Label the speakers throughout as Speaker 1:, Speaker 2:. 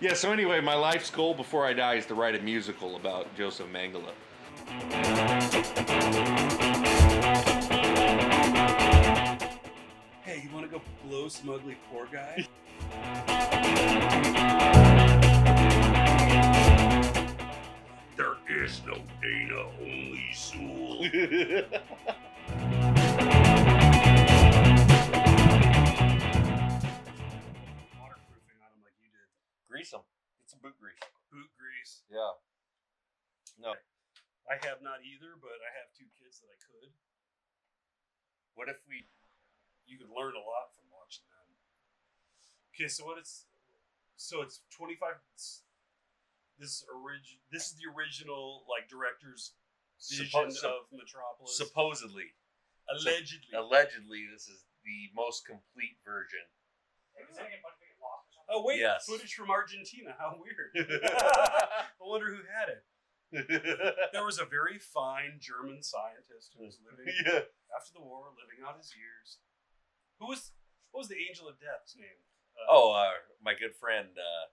Speaker 1: Yeah, so anyway, my life's goal before I die is to write a musical about Joseph Mangala.
Speaker 2: Hey, you want to go blow some ugly poor guy? there is no Dana, only Zool. Waterproofing on him like you did.
Speaker 1: Grease them. Get some boot grease.
Speaker 2: Boot grease.
Speaker 1: Yeah. No.
Speaker 2: I have not either, but I have two kids that I could. What if we? You could learn a lot from watching them. Okay, so what it's so it's twenty five. This is orig. This is the original like director's vision
Speaker 3: Suppo-
Speaker 2: of Metropolis.
Speaker 3: supposedly,
Speaker 2: allegedly,
Speaker 3: allegedly, this is the most complete version.
Speaker 2: oh wait,
Speaker 3: Yes.
Speaker 2: footage from Argentina. How weird! I wonder who had it. There was a very fine German scientist who was living
Speaker 3: yeah.
Speaker 2: after the war, living out his years. Who was what was the Angel of Death's name? Uh,
Speaker 3: Oh, uh, my good friend uh,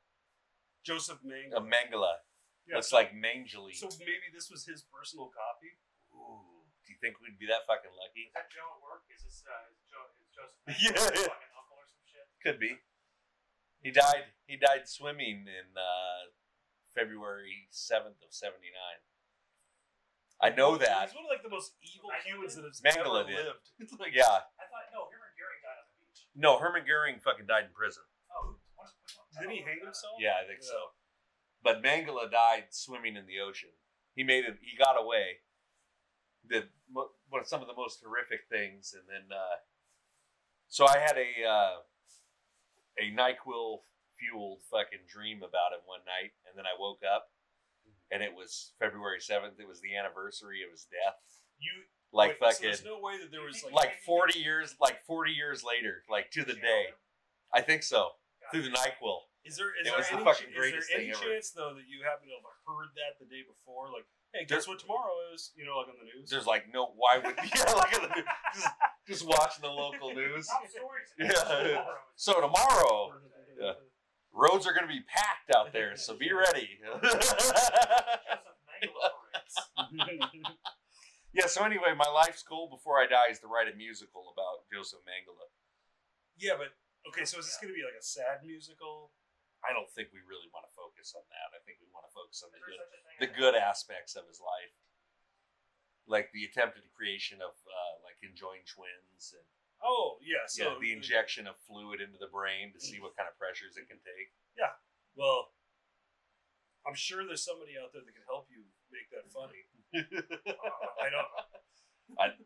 Speaker 2: Joseph Mangum.
Speaker 3: uh, Mangala.
Speaker 2: Yeah,
Speaker 3: Looks
Speaker 2: so-
Speaker 3: like Mangely.
Speaker 2: So maybe this was his personal copy.
Speaker 3: Ooh, do you think we'd be that fucking lucky?
Speaker 4: that Joe at work? Is this uh, is Joe? Is Joseph?
Speaker 3: Yeah.
Speaker 4: His fucking uncle or some shit?
Speaker 3: Could be. He died. He died swimming in uh, February seventh of seventy nine. I know that.
Speaker 2: He's one of like the most evil
Speaker 4: I-
Speaker 2: humans that has
Speaker 3: Mangala
Speaker 2: ever
Speaker 3: did.
Speaker 2: lived. It's like,
Speaker 3: Yeah.
Speaker 4: I thought no. Herman Gehring died on the beach.
Speaker 3: No, Herman Goering fucking died in prison.
Speaker 4: Oh, what, what, what,
Speaker 2: Did he hang himself?
Speaker 3: Yeah, I think so. But Mangala died swimming in the ocean. He made it. He got away. Did mo- one of some of the most horrific things, and then uh, so I had a uh, a Nyquil fueled fucking dream about him one night, and then I woke up, and it was February seventh. It was the anniversary of his death.
Speaker 2: You
Speaker 3: Like
Speaker 2: wait, So
Speaker 3: fucking.
Speaker 2: there's no way that there was like,
Speaker 3: like 40 years like 40 years later like to the day i think so through the nyquil
Speaker 2: is there
Speaker 3: It
Speaker 2: is there
Speaker 3: was the
Speaker 2: any,
Speaker 3: fucking
Speaker 2: ch-
Speaker 3: greatest
Speaker 2: is there any
Speaker 3: thing ever.
Speaker 2: chance though that you happen to have heard that the day before? Like, hey, guess what tomorrow is? You know, like on the news.
Speaker 3: there's like no why would yeah, look at the, just, just watching the local news
Speaker 4: Top stories.
Speaker 3: Yeah. so tomorrow Yeah. roads are going to be packed out there so be ready
Speaker 4: Joseph Mangala parades.
Speaker 1: Yeah, so anyway, my life's goal before I die is to write a musical about Joseph Mangala.
Speaker 2: yeah, but okay. So is this going to be like a sad musical?
Speaker 3: i don't think we really want to focus on that i think we want to focus on
Speaker 4: Is
Speaker 3: the
Speaker 4: there
Speaker 3: good,
Speaker 4: such a thing
Speaker 3: the
Speaker 4: as-
Speaker 3: good aspects of his life like the attempted creation of uh, like enjoying twins and
Speaker 2: Oh yeah. So
Speaker 3: yeah, the injection of fluid into the brain to see what kind of pressures it can take
Speaker 2: Well, I'm sure there's somebody out there that can help you make that funny. I don't.
Speaker 3: I-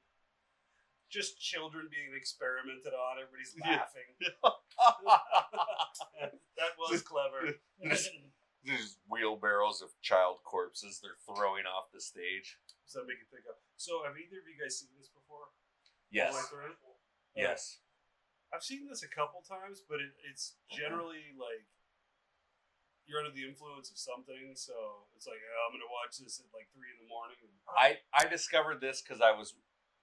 Speaker 2: just children being experimented on. Everybody's
Speaker 3: Yeah.
Speaker 2: laughing. that was clever. Does
Speaker 3: these wheelbarrows of child corpses they're throwing off the stage.
Speaker 2: that make you think of? So, have either of you guys seen this before?
Speaker 3: Yes.
Speaker 2: All the way through?
Speaker 3: Yes.
Speaker 2: I've seen this a couple times, but it, it's generally like you're under the influence of something, so it's like oh, I'm gonna watch this at like three in the morning. And
Speaker 3: I, I discovered this because I was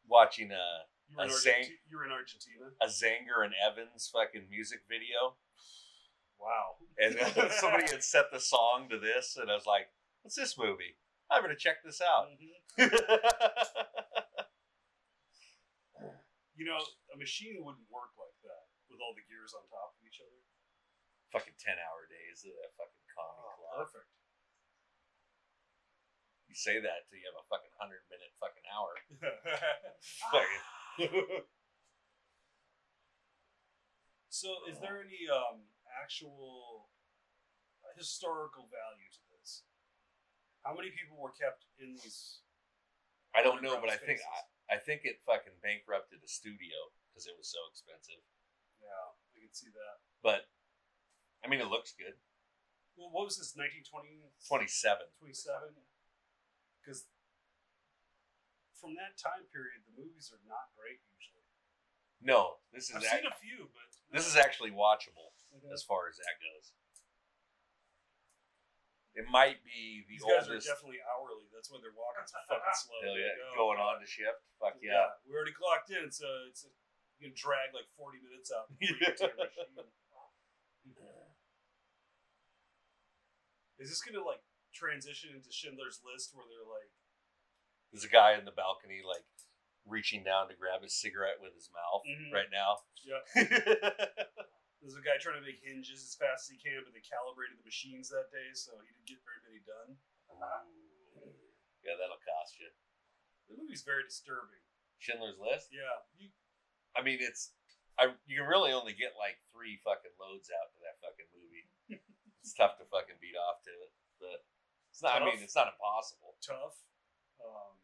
Speaker 3: watching a,
Speaker 2: you were
Speaker 3: I
Speaker 2: in,
Speaker 3: sang-
Speaker 2: Argenti- you were in Argentina.
Speaker 3: a Zanger and Evans fucking music video.
Speaker 2: Wow.
Speaker 3: And then somebody had set the song to this, and I was like, what's this movie? I better check this out.
Speaker 2: Mhm. You know, a machine wouldn't work like that with all the gears on top of each other.
Speaker 3: fucking 10 hour days at a fucking comedy club.
Speaker 2: Oh, perfect.
Speaker 3: You say that till you have a fucking 100 minute fucking hour. Fucking-
Speaker 2: so, is there any um, actual uh, historical value to this? How many people were kept in these?
Speaker 3: I don't know, but I
Speaker 2: Underground
Speaker 3: think I,
Speaker 2: spaces.
Speaker 3: I think it fucking bankrupted the studio because it was so expensive.
Speaker 2: Yeah, I can see that.
Speaker 3: But I mean, it looks good.
Speaker 2: Well, what was this? 1920?
Speaker 3: Twenty seven.
Speaker 2: 27 because from that time period the movies are not great usually
Speaker 3: No, this is
Speaker 2: i've
Speaker 3: ac-
Speaker 2: seen a few but
Speaker 3: this is actually watchable
Speaker 2: Mhm.
Speaker 3: as far as that goes. It might be the
Speaker 2: these guys are
Speaker 3: oldest.
Speaker 2: definitely hourly that's why they're walking so fucking slow
Speaker 3: Hell
Speaker 2: They
Speaker 3: yeah,
Speaker 2: go,
Speaker 3: going on to shift. Fuck yeah.
Speaker 2: we already clocked in so it's you can drag like 40 minutes out before you get to your machine Is this gonna like transition into Schindler's List where they're like,
Speaker 3: There's a guy in the balcony, like reaching down to grab his cigarette with his mouth
Speaker 2: Mhm.
Speaker 3: right now.
Speaker 2: yeah, there's a guy trying to make hinges as fast as he can, but they calibrated the machines that day, so he didn't get very many done.
Speaker 3: Uh-huh. yeah, that'll cost you.
Speaker 2: The movie's very disturbing.
Speaker 3: Schindler's List.
Speaker 2: Yeah, you,
Speaker 3: I mean, it's I. You can really only get like three fucking loads out to that fucking movie. it's tough to fucking beat off to it, but it's not. I mean,
Speaker 2: Tough?
Speaker 3: it's not impossible.
Speaker 2: tough. Um,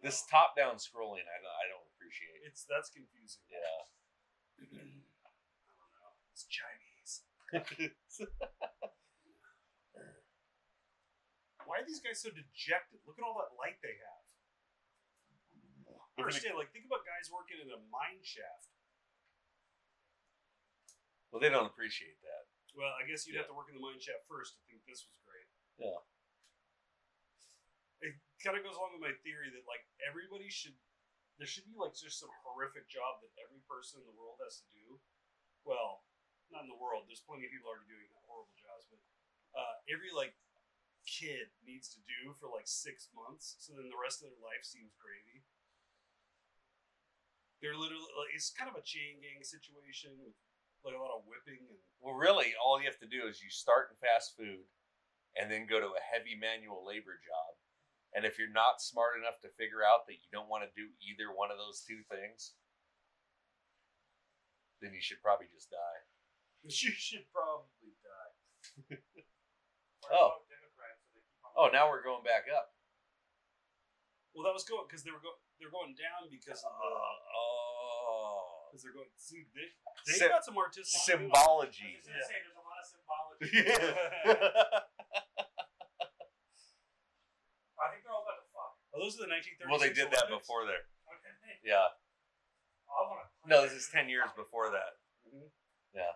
Speaker 3: This top-down scrolling, I don't, I don't appreciate.
Speaker 2: it's that's confusing.
Speaker 3: Yeah,
Speaker 2: I don't know. It's Chinese. Why are these guys so dejected? Look at all that light they have. I
Speaker 3: They're gonna-
Speaker 2: understand. Like, think about guys working in a mine shaft.
Speaker 3: well, they don't appreciate that.
Speaker 2: Well, I guess you'd have to work in the mine shaft first to think this was great.
Speaker 3: Yeah.
Speaker 2: It kind of goes along with my theory that like everybody should, there should be like just some horrific job that every person in the world has to do. Well, not in the world. There's plenty of people already doing horrible jobs, but uh, every like kid needs to do for like six months, so then the rest of their life seems gravy. They're literally like, it's kind of a chain gang situation with like a lot of whipping and
Speaker 3: Well, really, all you have to do is you start in fast food, and then go to a heavy manual labor job. And if you're not smart enough to figure out that you don't want to do either one of those two things, then you should probably just die.
Speaker 2: You should probably die.
Speaker 3: Oh.
Speaker 4: Vote Democrats, so they keep on-
Speaker 3: Oh, now we're going back up.
Speaker 2: Well, that was going because they were going. They're going down because of the
Speaker 3: Uh, Oh,
Speaker 2: because they're going. See, they they
Speaker 3: Sym-
Speaker 2: got some artistic
Speaker 4: I
Speaker 3: symbology.
Speaker 4: was just gonna say, there's a lot of symbology.
Speaker 3: Yeah.
Speaker 4: I think they're all about to fuck.
Speaker 2: Oh, those are the 1930s.
Speaker 3: well, they did that before there.
Speaker 4: Okay.
Speaker 3: Yeah.
Speaker 4: I wanna
Speaker 3: No, this is ten years before that.
Speaker 2: Mhm.
Speaker 3: Yeah.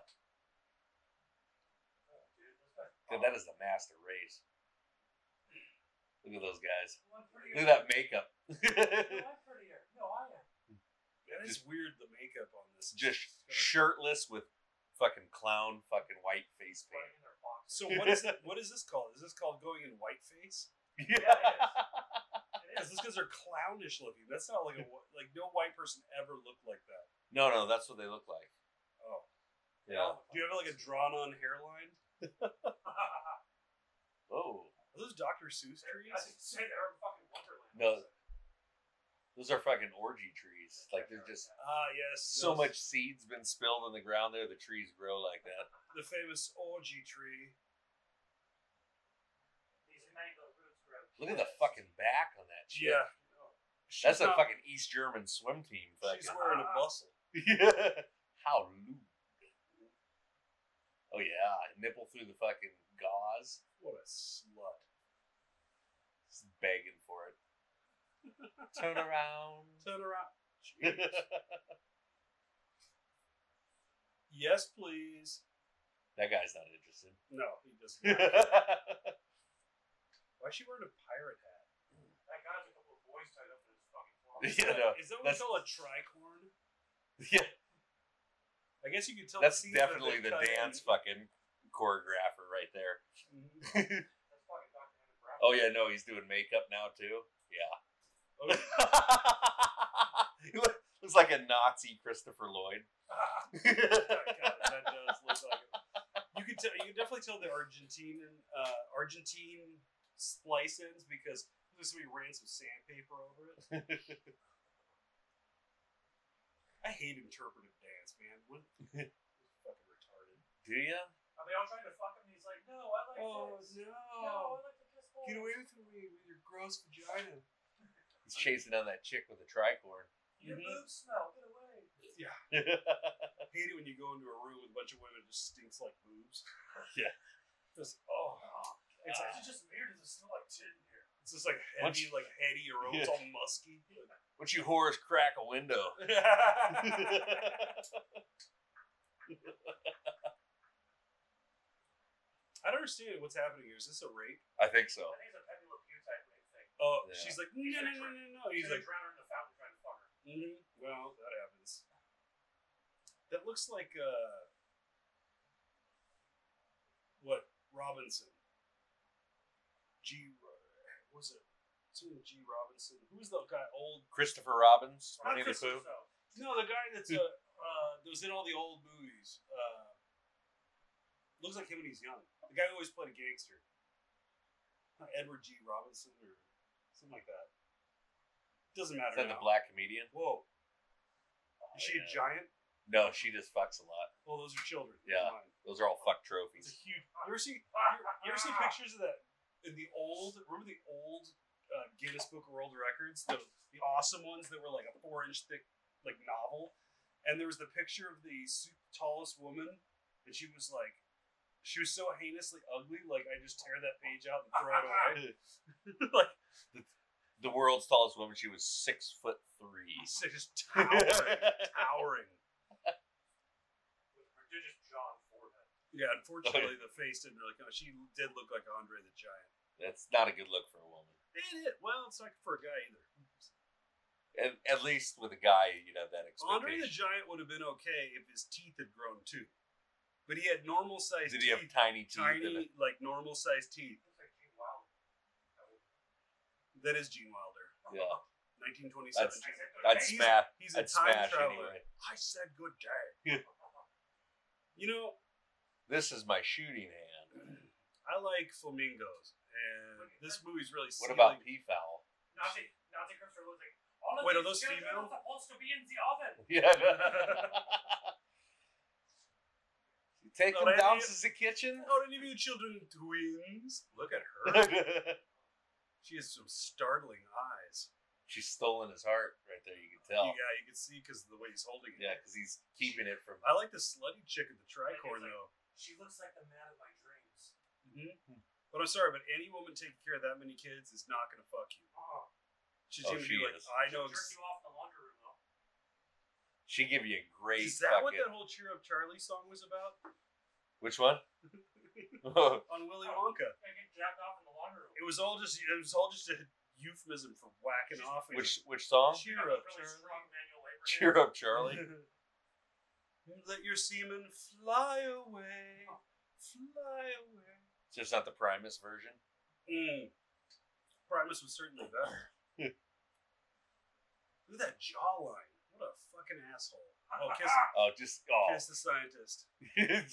Speaker 2: oh,
Speaker 3: God, that is the master race. Look at those guys. Look at that makeup.
Speaker 4: I'm prettier. No, I am.
Speaker 2: That is weird. The makeup on this is
Speaker 3: Just
Speaker 2: kinda-
Speaker 3: shirtless with fucking clown fucking white face
Speaker 4: Right
Speaker 3: paint.
Speaker 4: in their box.
Speaker 2: So what is that? What is this called? Is this called going in whiteface?
Speaker 4: Yeah, it is. It
Speaker 2: Because
Speaker 4: is.
Speaker 2: those guys are clownish looking. That's not like a wh- like no white person ever looked like that.
Speaker 3: No, no, that's what they look like.
Speaker 2: Oh,
Speaker 3: Yeah.
Speaker 2: do you have like a drawn on hairline?
Speaker 4: I
Speaker 3: Oh,
Speaker 2: Are those Dr. Seuss trees?
Speaker 4: should say they're in fucking Wonderland.
Speaker 3: No. those are fucking orgy trees. Like they're just
Speaker 2: Ah, yes.
Speaker 3: so
Speaker 2: those-
Speaker 3: much seeds been spilled in the ground there. The trees grow like that.
Speaker 2: The famous orgy tree.
Speaker 4: These mango roots grow.
Speaker 3: Look at the fucking back on that. Shit.
Speaker 2: Yeah.
Speaker 3: that's
Speaker 2: She's
Speaker 3: a
Speaker 2: not-
Speaker 3: fucking East German swim team.
Speaker 2: She's
Speaker 3: Fucking.
Speaker 2: wearing a
Speaker 4: Ah.
Speaker 2: bustle.
Speaker 3: yeah. How lewd. Oh yeah, nipple through the fucking gauze,
Speaker 2: What a slut.
Speaker 3: Just begging for it. Turn around.
Speaker 2: Turn around. yes, please.
Speaker 3: that guy's not interested.
Speaker 2: No, he does not.
Speaker 3: yeah,
Speaker 2: Why is she wearing a pirate hat?
Speaker 4: That guy's a couple of boys tied up in his fucking claw.
Speaker 3: no,
Speaker 2: Is that what
Speaker 3: that's-
Speaker 2: we call a tricorn?
Speaker 3: yeah.
Speaker 2: I guess you could tell.
Speaker 3: That's
Speaker 2: the scenes that
Speaker 3: definitely
Speaker 2: they
Speaker 3: the
Speaker 2: cut in.
Speaker 3: dance fucking choreographer right there.
Speaker 2: Mhm.
Speaker 4: That's fucking Dr. Henry Brown.
Speaker 3: Oh yeah, no, he's doing makeup now too. Yeah.
Speaker 2: Okay.
Speaker 3: He look- Looks like a Nazi Christopher Lloyd.
Speaker 2: God, that does look like it. You can tell. You can definitely tell the Argentine uh, Argentine splice ends because looks like somebody ran some sandpaper over it. I hate interpretive dance, man. What fucking retarded.
Speaker 3: Do you?
Speaker 4: Are they all trying to fuck him? And he's like, no, I like
Speaker 2: Oh
Speaker 4: this.
Speaker 2: no!
Speaker 4: I like to kiss
Speaker 2: Get
Speaker 4: boys."
Speaker 2: away with me with your gross vagina.
Speaker 3: He's chasing down that chick with a tricorn.
Speaker 4: Your
Speaker 2: Mhm.
Speaker 4: boobs smell. Get away.
Speaker 2: Yeah. I hate it when you go into a room with a bunch of women that just stinks like boobs.
Speaker 3: Yeah.
Speaker 2: Just oh,
Speaker 4: It's
Speaker 2: it's like,
Speaker 4: actually just weird. Does it smell like tin in here?
Speaker 2: it's just like
Speaker 3: Once
Speaker 2: heavy, like heady aroma. It's all musky.
Speaker 3: What you whores crack a window?
Speaker 2: I don't understand what's happening here. Is this a rape?
Speaker 3: I think so.
Speaker 4: I think it's a Pepe Le Pew type rape thing.
Speaker 2: Oh,
Speaker 3: Yeah.
Speaker 2: she's like, no, no, no, no, no. He's like,
Speaker 4: drown her in the fountain trying to fuck her.
Speaker 2: mm, well, that happens. That looks like uh, Robinson. G. Ro- Was it something G. Robinson? Who's the guy? Old
Speaker 1: Christopher Robbins,
Speaker 2: Not
Speaker 1: Winnie the
Speaker 2: Christopher
Speaker 1: Pooh.
Speaker 4: So,
Speaker 2: No, the guy that's uh, uh, that was in all the old movies. Uh, looks like him when he's young. The guy who always played a gangster. Not Edward G. Robinson or something like that. Doesn't
Speaker 3: Is
Speaker 2: matter.
Speaker 3: that
Speaker 2: now.
Speaker 3: the black comedian?
Speaker 2: Whoa. Is she a
Speaker 3: yeah.
Speaker 2: giant?
Speaker 3: No, she just fucks a lot.
Speaker 2: Well, those are children.
Speaker 3: Yeah.
Speaker 2: Never mind.
Speaker 3: Those are all fuck
Speaker 2: It's a
Speaker 3: trophies.
Speaker 2: huge. You ever see?
Speaker 4: Ah!
Speaker 2: You ever see pictures of that in the old? Remember the old uh, Guinness Book of World Records, the the awesome ones that were like a four inch thick like novel, and there was the picture of the su- tallest woman, and she was like, she was so heinously ugly. Like I just tear that page out and throw it away. like
Speaker 3: The world's tallest woman. She was six foot three.
Speaker 2: it's just towering, towering.
Speaker 4: with prodigious John forehead.
Speaker 2: Yeah, unfortunately, the face didn't really come. She did look like Andre the Giant.
Speaker 3: That's not a good look for a woman.
Speaker 2: And it, well, it's not for a guy either.
Speaker 3: At, at least with a guy, you'd have that
Speaker 2: Andre the
Speaker 3: expectation.
Speaker 2: Giant would have been okay if his teeth had grown too, but he had normal sized
Speaker 3: Did he have
Speaker 2: teeth,
Speaker 3: tiny teeth? and a-
Speaker 2: tiny like normal sized teeth.
Speaker 4: Looks like Gene Wilder.
Speaker 2: That is Gene Wilder,
Speaker 3: yeah,
Speaker 2: 1927.
Speaker 4: I said,
Speaker 3: I'd
Speaker 2: He's-
Speaker 3: smash.
Speaker 2: He's a
Speaker 3: I'd
Speaker 2: time
Speaker 3: smash
Speaker 2: traveler.
Speaker 3: anyway.
Speaker 2: I said good day. you know,
Speaker 3: This is my shooting hand.
Speaker 2: I like flamingos, and this movie's really.
Speaker 3: What
Speaker 2: sealing-
Speaker 3: about peafowl?
Speaker 4: Nazi, Nazi Christopher was like, all of
Speaker 2: Wait, are those
Speaker 4: these children
Speaker 2: female?
Speaker 4: are supposed to be in the oven.
Speaker 3: Yeah. you take
Speaker 2: Not
Speaker 3: them down
Speaker 2: any-
Speaker 3: to the kitchen.
Speaker 2: Are any of you children twins? Look at her. she has some startling eyes.
Speaker 3: She's stolen his heart right there. You can
Speaker 2: Yeah,
Speaker 3: tell.
Speaker 2: you can see because of the way he's holding it.
Speaker 3: Yeah, because he's keeping it from.
Speaker 2: I like the slutty chick at the tricorn
Speaker 4: like-
Speaker 2: though.
Speaker 4: She looks like the man of my dreams.
Speaker 2: Mm-hmm. But I'm sorry, but any woman taking care of that many kids is not going to fuck you.
Speaker 4: Oh,
Speaker 2: She's
Speaker 3: Oh,
Speaker 2: going to
Speaker 3: she
Speaker 2: be like,
Speaker 3: is.
Speaker 2: I know.
Speaker 4: Jerk
Speaker 2: Ex-
Speaker 4: you off in the laundry room though.
Speaker 3: She give you a great
Speaker 2: is that what
Speaker 3: fucking-
Speaker 2: that whole "Cheer Up Charlie" song was about
Speaker 3: Which one? oh,
Speaker 2: on Willy Wonka?
Speaker 4: I get jacked off in the laundry room.
Speaker 2: It was all just it was all just a euphemism for whacking
Speaker 4: She's-
Speaker 2: off. and-
Speaker 3: which which song?
Speaker 2: cheer up,
Speaker 4: Got a really
Speaker 2: Charlie.
Speaker 4: strong manual labor hand.
Speaker 3: Cheer up, Charlie.
Speaker 2: Let your semen fly away, fly away.
Speaker 3: It's just not the Primus version.
Speaker 2: Mm. Primus was certainly better. Look at that jawline. What a fucking asshole. Oh, kiss,
Speaker 3: Oh, just oh.
Speaker 2: kiss the scientist.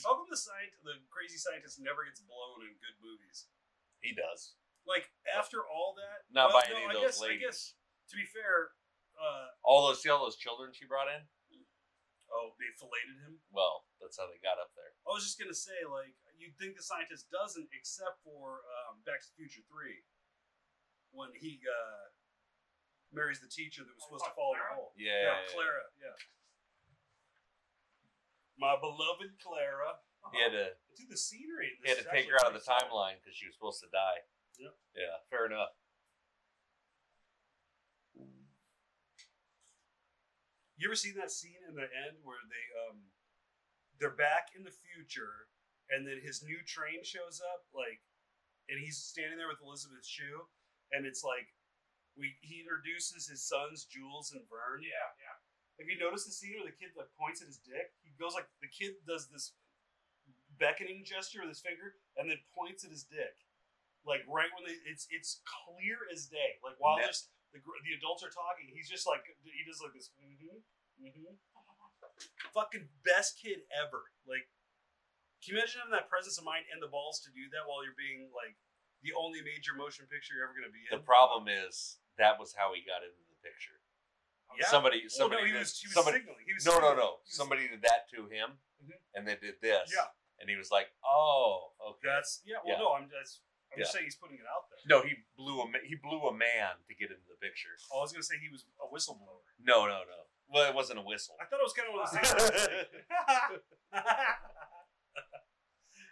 Speaker 2: How come the scientist, the crazy scientist, never gets blown in good movies?
Speaker 3: he does.
Speaker 2: Like after all that,
Speaker 3: Not by
Speaker 2: well, no,
Speaker 3: any
Speaker 2: I
Speaker 3: of those
Speaker 2: guess,
Speaker 3: ladies.
Speaker 2: I guess to be fair, uh,
Speaker 3: All those see all those children she brought in.
Speaker 2: oh, they filleted him.
Speaker 3: Well, that's how they got up there.
Speaker 2: I was just gonna say, like, you'd think the scientist doesn't, except for um, Back to the Future Three, when he uh, marries the teacher that was supposed to fall in the hole.
Speaker 3: Yeah,
Speaker 2: yeah, Clara. Yeah, my beloved Clara.
Speaker 3: He had to
Speaker 2: Dude, the scenery. in
Speaker 3: he had to
Speaker 2: this is
Speaker 3: take her out
Speaker 2: actually
Speaker 3: of the
Speaker 2: pretty solid.
Speaker 3: timeline because she was supposed to die.
Speaker 2: Yep.
Speaker 3: Yeah, fair enough.
Speaker 2: You ever seen that scene in the end where they um they're back in the future and then his new train shows up like and he's standing there with Elizabeth Shue and it's like we he introduces his sons Jules and Vern.
Speaker 4: Yeah, yeah.
Speaker 2: Have you noticed the scene where the kid like points at his dick? He goes like the kid does this beckoning gesture with his finger and then points at his dick. Like right when they, it's it's clear as day. Like while
Speaker 3: Yeah.
Speaker 2: just the gr- the adults are talking, he's just like he does like this. Mm-hmm, mm-hmm. Fucking best kid ever. Like, can you imagine having that presence of mind and the balls to do that while you're being like the only major motion picture you're ever going to be in?
Speaker 3: The problem is that was how he got into the picture.
Speaker 2: Oh, Yeah.
Speaker 3: Somebody,
Speaker 2: Well,
Speaker 3: somebody,
Speaker 2: no, he
Speaker 3: did-
Speaker 2: was, he was
Speaker 3: somebody.
Speaker 2: signaling. He was
Speaker 3: No, no,
Speaker 2: signaling.
Speaker 3: no.
Speaker 2: He was-
Speaker 3: Somebody did that to him,
Speaker 2: Mhm.
Speaker 3: and they did this.
Speaker 2: Yeah.
Speaker 3: and he was like, "Oh, okay."
Speaker 2: That's yeah. Well,
Speaker 3: Yeah.
Speaker 2: no, I'm just I'm just saying he's putting it out there.
Speaker 3: no, he blew a ma- he blew a man to get into the picture.
Speaker 2: Oh, I was gonna say he was a whistleblower.
Speaker 3: No, no, no. Well, it wasn't a whistle.
Speaker 2: I thought it was kind of one of those things.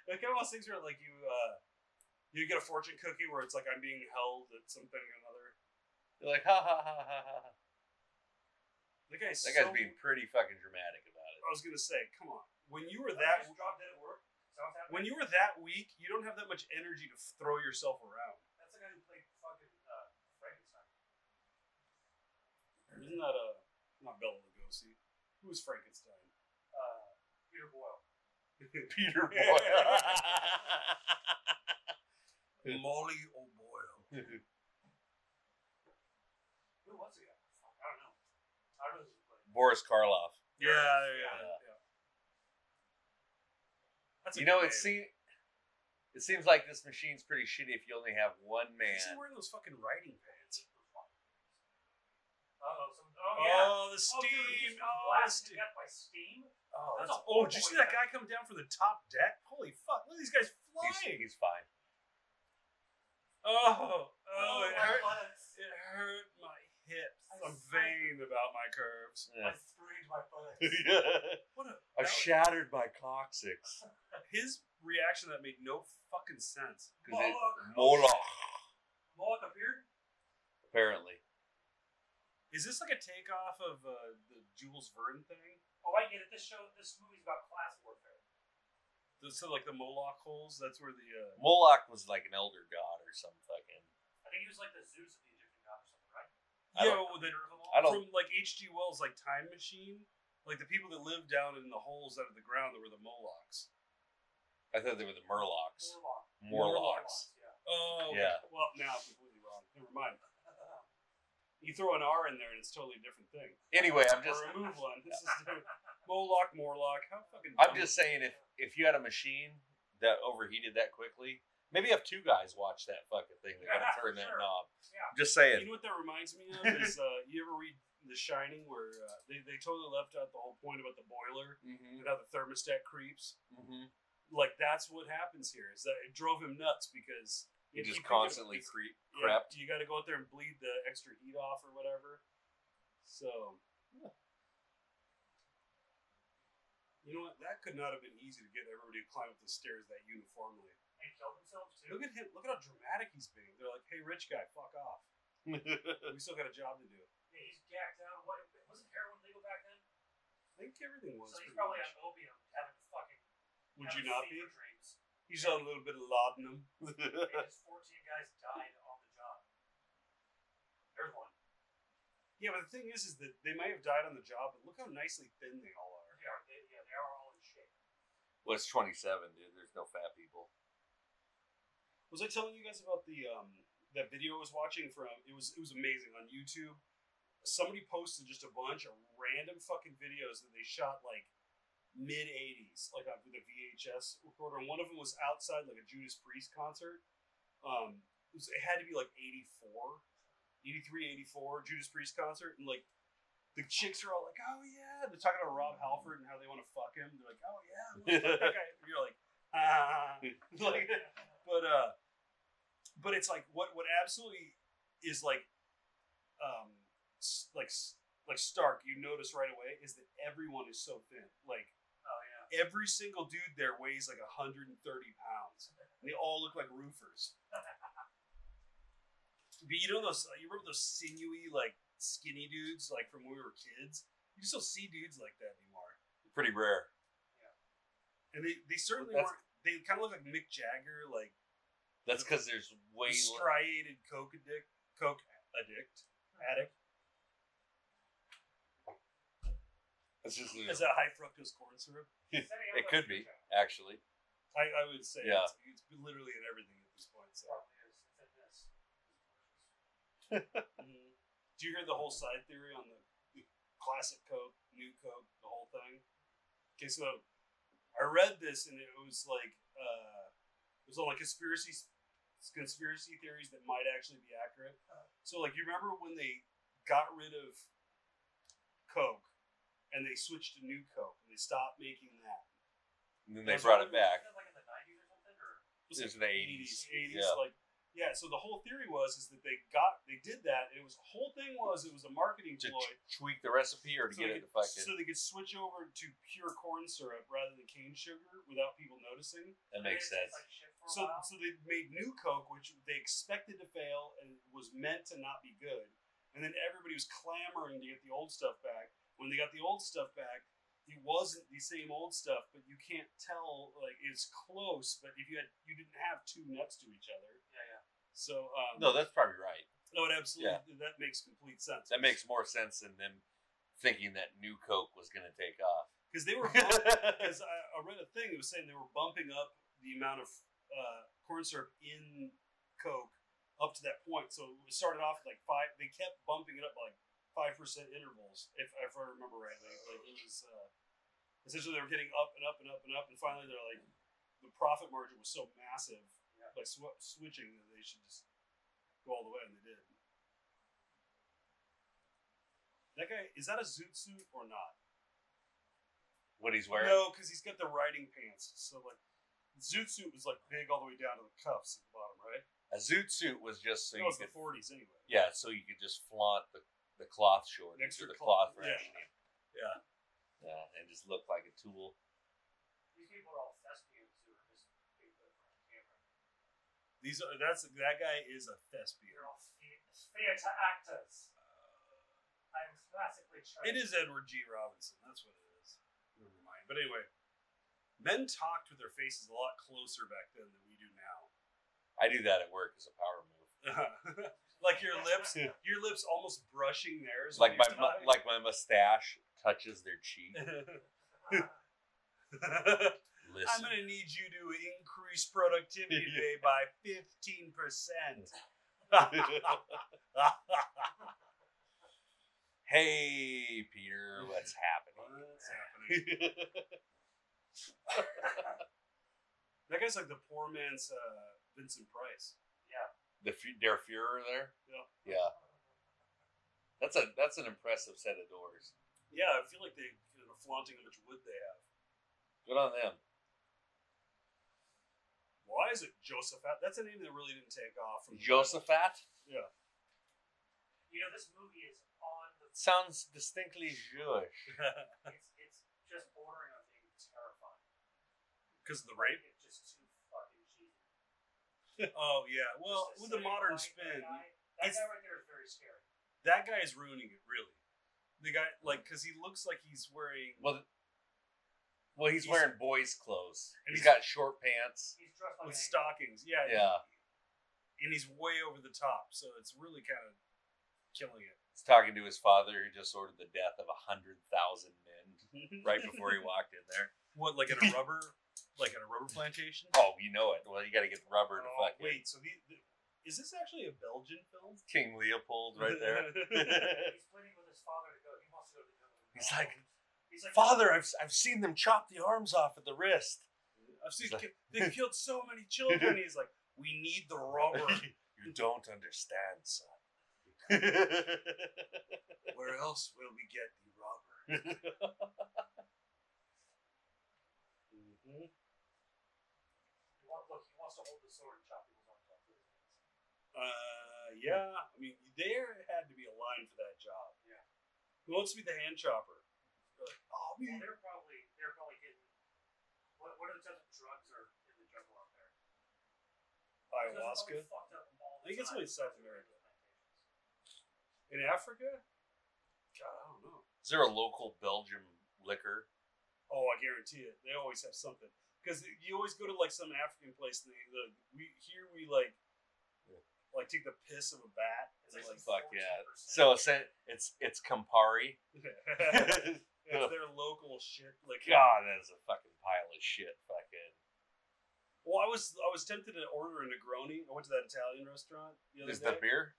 Speaker 2: like kind of one of those things where like you uh, you get a fortune cookie where it's like I'm being held at something or another.
Speaker 3: You're like, ha ha ha ha ha. ha."
Speaker 2: The guy's
Speaker 3: That
Speaker 2: so,
Speaker 3: guy's being pretty fucking dramatic about it.
Speaker 2: I was gonna say, come on. When you were
Speaker 4: That
Speaker 2: that
Speaker 4: just dropped dead at work. Sounds
Speaker 2: when
Speaker 4: happening.
Speaker 2: you were that weak, you don't have that much energy to throw yourself around.
Speaker 4: That's the guy who played fucking uh, Frankenstein.
Speaker 2: Isn't that uh, a not Bela Lugosi? Who's Frankenstein?
Speaker 4: Uh, Peter Boyle.
Speaker 1: Peter Boyle.
Speaker 2: Molly O'Boyle.
Speaker 4: Who was he? Fuck, I don't know. I don't know who he played.
Speaker 1: Boris Karloff.
Speaker 2: Yeah, there you go.
Speaker 4: yeah.
Speaker 2: That's a
Speaker 3: you know,
Speaker 2: good
Speaker 3: it seems
Speaker 2: name.
Speaker 3: it seems like this machine's pretty shitty if you only have one
Speaker 2: Why is he
Speaker 3: man.
Speaker 2: wearing those fucking riding pants?
Speaker 4: Uh-oh, some, oh, yeah.
Speaker 2: Oh, the
Speaker 4: Oh, dude,
Speaker 2: steam.
Speaker 4: he's been
Speaker 2: Oh, the
Speaker 4: blasted
Speaker 2: steam.
Speaker 4: to death by steam.
Speaker 2: Oh,
Speaker 4: That's
Speaker 2: that's,
Speaker 4: a
Speaker 2: oh, did you
Speaker 4: boy.
Speaker 2: see that guy come down for the top deck? Holy fuck! Look at these guys
Speaker 3: He's,
Speaker 2: flying.
Speaker 3: he's fine.
Speaker 2: oh, oh,
Speaker 4: Oh,
Speaker 2: it
Speaker 4: my
Speaker 2: hurt.
Speaker 4: God.
Speaker 2: It hurt my hips.
Speaker 4: I
Speaker 2: I'm
Speaker 4: saw-
Speaker 2: vain about my curves.
Speaker 4: I sprained my buttocks.
Speaker 2: What a
Speaker 3: I
Speaker 2: that was-
Speaker 3: shattered my coccyx.
Speaker 2: his reaction that made no fucking sense.
Speaker 3: 'Cause it-
Speaker 4: Moloch.
Speaker 3: Moloch,
Speaker 4: Moloch appeared?
Speaker 3: apparently.
Speaker 2: Is this like a takeoff of uh, the Jules Verne thing?
Speaker 4: Oh, I get it. This show, this movie's about class warfare.
Speaker 2: The- So like the Moloch holes. That's where the uh,
Speaker 3: Moloch was like an elder god or some fucking.
Speaker 4: I think he was like the Zeus of the Egyptian god or something, right?
Speaker 3: I
Speaker 2: yeah,
Speaker 3: don't-
Speaker 2: well, the,
Speaker 3: I don't-
Speaker 2: from like H.G. Wells' like Time Machine. Like the people that lived down in the holes under the ground that were the Molochs.
Speaker 3: I thought they were the Murlocs.
Speaker 4: Warlock.
Speaker 3: Morlocks.
Speaker 4: Yeah.
Speaker 2: Oh, okay.
Speaker 3: Yeah.
Speaker 2: Well, now I'm completely wrong. Never mind. You throw an R in there and it's totally a different thing.
Speaker 3: Anyway, I'm just
Speaker 2: or remove one. This is the- Moloch, Morlock. How fucking.
Speaker 3: I'm
Speaker 2: dumb.
Speaker 3: just saying if if you had a machine that overheated that quickly, maybe have two guys watch that fucking thing. They gotta turn that
Speaker 4: Sure.
Speaker 3: knob.
Speaker 4: Yeah.
Speaker 3: Just
Speaker 2: You
Speaker 3: saying.
Speaker 2: know what that reminds me of is uh, you ever read The Shining where uh, they they totally left out the whole point about the boiler
Speaker 3: Mm-hmm.
Speaker 2: and how the thermostat creeps.
Speaker 3: Mm-hmm.
Speaker 2: Like that's what happens here. Is that it drove him nuts because
Speaker 3: You
Speaker 2: if
Speaker 3: just
Speaker 2: think of-
Speaker 3: constantly
Speaker 2: it's-
Speaker 3: creep
Speaker 2: yeah,
Speaker 3: crept.
Speaker 2: you got to go out there and bleed the extra heat off or whatever. So. You know what? That could not have been easy to get everybody to climb up the stairs that uniformly.
Speaker 4: And killed themselves too.
Speaker 2: Look at him! Look at how dramatic he's being. They're like, "Hey, rich guy, fuck off. we still got a job to do."
Speaker 4: Yeah, he's gacked out. What wasn't heroin legal back then?
Speaker 2: I think everything was.
Speaker 4: so he's
Speaker 2: pretty
Speaker 4: probably
Speaker 2: much.
Speaker 4: on opium, having fucking.
Speaker 2: Would you not
Speaker 4: having
Speaker 2: be?
Speaker 4: fever Dreams.
Speaker 2: He's on a little bit of laudanum.
Speaker 4: And his fourteen guys died on the job. There's one.
Speaker 2: Yeah, but the thing is, is that they may have died on the job, but look how nicely thin they all are.
Speaker 4: They are. They, yeah, they are all in shape.
Speaker 3: Well, it's 27, dude. There's no fat people.
Speaker 2: Was I telling you guys about the um that video I was watching from? It was it was amazing on YouTube. Somebody posted just a bunch of random fucking videos that they shot like mid '80s, like on with a VHS recorder. And one of them was outside like a Judas Priest concert. Um, it, was, it had to be like '84, '83, '84 Judas Priest concert, and like. The chicks are all like, "Oh yeah," they're talking about Rob Halford and how they want to fuck him. They're like, "Oh yeah," I wanna fuck that guy. And you're like, "Ah," like but uh but it's like what what absolutely is like um s- like s- like stark you notice right away is that everyone is so thin like
Speaker 4: Oh yeah.
Speaker 2: every single dude there weighs like 130 pounds and they all look like roofers but you know those you remember those sinewy like skinny dudes like from when we were kids you still see dudes like that anymore
Speaker 3: Pretty rare.
Speaker 2: and they they certainly
Speaker 3: That's-
Speaker 2: weren't they kind of look like mick jagger like
Speaker 3: That's because there's way. le-
Speaker 2: striated coke addict, coke addict, addict.
Speaker 3: That's just
Speaker 2: Is that high fructose corn syrup?
Speaker 4: Setting up
Speaker 3: It
Speaker 4: a
Speaker 3: could be
Speaker 4: future.
Speaker 3: actually.
Speaker 2: I, I would say
Speaker 3: Yeah.
Speaker 2: it's, it's been literally in everything at this point. So.
Speaker 4: Probably is. It's in this.
Speaker 2: Do you hear the whole side theory on the, the classic coke, new coke, the whole thing? Okay, so I read this and it was like uh, it was all like conspiracy conspiracy theories that might actually be accurate. So like you remember when they got rid of Coke and they switched to new Coke and they stopped making that.
Speaker 3: And then they
Speaker 2: That's
Speaker 3: brought
Speaker 2: what
Speaker 3: it
Speaker 2: we-
Speaker 3: back.
Speaker 4: Isn't it like in the nineties or something? Or
Speaker 2: It was
Speaker 3: It was
Speaker 2: like
Speaker 3: in the 80s.
Speaker 2: 80s,
Speaker 3: Yeah.
Speaker 2: like yeah. So the whole theory was is that they got they did that. And it was the whole thing was it was a marketing
Speaker 3: To
Speaker 2: ploy.
Speaker 3: t- tweak the recipe or to
Speaker 2: So
Speaker 3: get
Speaker 2: they
Speaker 3: it to
Speaker 2: could-
Speaker 3: fucking.
Speaker 2: so they could switch over to pure corn syrup rather than cane sugar without people noticing.
Speaker 3: that makes
Speaker 4: Did
Speaker 3: sense.
Speaker 4: it taste Like shit for a
Speaker 2: So,
Speaker 4: while?
Speaker 2: so they made new Coke, which they expected to fail and was meant to not be good. And then everybody was clamoring to get the old stuff back. When they got the old stuff back, it wasn't the same old stuff, but you can't tell. Like it's close, but if you had you didn't have two next to each other,
Speaker 4: Yeah, yeah.
Speaker 2: so um,
Speaker 3: No, that's probably right.
Speaker 2: no, it absolutely that makes complete sense.
Speaker 3: That makes more sense than them thinking that new Coke was going to take off.
Speaker 2: because they were because I, I read a thing that was saying they were bumping up the amount of uh, corn syrup in Coke up to that point. So it started off like five. They kept bumping it up like five percent intervals, if, if I remember right. Like, like it was uh, essentially they were getting up and up and up and up, and finally they're like the profit margin was so massive
Speaker 4: Yeah.
Speaker 2: by sw- switching that they should just go all the way, and they did. That guy is that a zoot suit or not?
Speaker 3: what he's wearing.
Speaker 2: No, because he's got the riding pants. So like, zoot suit was like big all the way down to the cuffs at the bottom, right?
Speaker 3: A zoot suit was just so
Speaker 2: that
Speaker 3: you
Speaker 2: was
Speaker 3: could,
Speaker 2: the forties anyway.
Speaker 3: yeah, so you could just flaunt the, the cloth short
Speaker 2: An
Speaker 3: or
Speaker 2: extra
Speaker 3: the cloth,
Speaker 2: cloth, yeah.
Speaker 3: rationing.
Speaker 2: Yeah.
Speaker 3: Yeah, and just look like a tool.
Speaker 4: These people are all thespians who are just Bigfoot on camera.
Speaker 2: These are that's that guy is a thespian.
Speaker 4: They're all the- theater actors. I'm classically
Speaker 2: It
Speaker 4: trained.
Speaker 2: is Edward G. Robinson. That's what it is. Never mind. But anyway, men talked with their faces a lot closer back then than we do now.
Speaker 3: I do that at work as a power move.
Speaker 2: like your lips, your lips almost brushing theirs.
Speaker 3: Like my
Speaker 2: when you
Speaker 3: mu- like my mustache touches their cheek.
Speaker 2: talk. I'm
Speaker 3: Listen,
Speaker 2: going to need you to increase productivity today by 15%.
Speaker 3: hey Peter, what's happening?
Speaker 2: What's happening? That guy's like the poor man's uh, Vincent Price.
Speaker 4: Yeah.
Speaker 3: the Fu- Der Fuhrer there.
Speaker 2: Yeah.
Speaker 3: yeah. That's a that's an impressive set of doors.
Speaker 2: Yeah, I feel like they are flaunting how much wood they have.
Speaker 3: Good on them.
Speaker 2: Why is it Josephat? That's a name that really didn't take off. From the
Speaker 3: Josephat
Speaker 4: You know, this movie is on the.
Speaker 3: sounds distinctly Jewish.
Speaker 2: title.
Speaker 4: It's, it's just bordering on being terrifying.
Speaker 2: 'Cause of the rape.
Speaker 4: It's just too fucking cheesy.
Speaker 2: Oh yeah. Well,
Speaker 4: Just
Speaker 2: with the
Speaker 4: sitting
Speaker 2: modern
Speaker 4: behind
Speaker 2: spin,
Speaker 4: That guy, that
Speaker 2: it's-
Speaker 4: guy right there is very scary.
Speaker 2: that guy is ruining it. Really, the guy like because he looks like he's wearing.
Speaker 3: Well, well, he's,
Speaker 2: He's-
Speaker 3: wearing boys' clothes.
Speaker 2: And
Speaker 3: he's
Speaker 2: he's-
Speaker 3: got short pants.
Speaker 4: He's dressed like
Speaker 2: with
Speaker 4: an
Speaker 2: stockings. Yeah,
Speaker 3: Yeah,
Speaker 2: and he's way over the top, so it's really kind of killing it.
Speaker 3: he's talking to his father, who just ordered the death of a hundred thousand men
Speaker 2: Mm-hmm.
Speaker 3: right before he walked in there.
Speaker 2: What, like in a rubber, like in a rubber plantation?
Speaker 3: Oh, you know it. Well, you got to get the rubber to
Speaker 2: Oh,
Speaker 3: fucking
Speaker 2: wait, so the, the, is this actually a Belgian film?
Speaker 3: King Leopold right there.
Speaker 4: idiot. He's pleading with his father to go. He wants to go to the jungle.
Speaker 3: He's like,
Speaker 4: he's like
Speaker 3: Father, I've I've seen them chop the arms off at the wrist.
Speaker 2: I've seen ki- they killed so many children. He's like, we need the rubber.
Speaker 3: You don't understand, son.
Speaker 2: Where else will we get the rubber? Mhm.
Speaker 4: He wants, look, he wants to hold the sword and chop people's arms off. with his hands.
Speaker 2: Uh, yeah. I mean, there had to be a line for that job.
Speaker 4: Yeah.
Speaker 2: Who wants to be the hand chopper? Oh
Speaker 4: Well,
Speaker 2: man.
Speaker 4: they're probably they're probably getting what what are the types of drugs are in the jungle out there? Because
Speaker 2: Ayahuasca
Speaker 4: they're probably fucked up all
Speaker 2: I
Speaker 4: the
Speaker 2: think it's
Speaker 4: time.
Speaker 2: only South America. in Africa. God, I don't know.
Speaker 3: Is there a local Belgium liquor?
Speaker 2: Oh, I guarantee it. They always have something because you always go to like some African place and they like we here we like like take the piss of a bat.
Speaker 4: It's
Speaker 2: and,
Speaker 4: like
Speaker 2: like,
Speaker 3: Fuck yeah.
Speaker 4: 14%.
Speaker 3: So it's it's it's Campari.
Speaker 2: it's their local shit. Like
Speaker 3: God, that is a fucking pile of shit. Fucking.
Speaker 2: Well, I was I was tempted to order a Negroni. I went to that Italian restaurant the other
Speaker 3: Is
Speaker 2: day.
Speaker 3: that beer?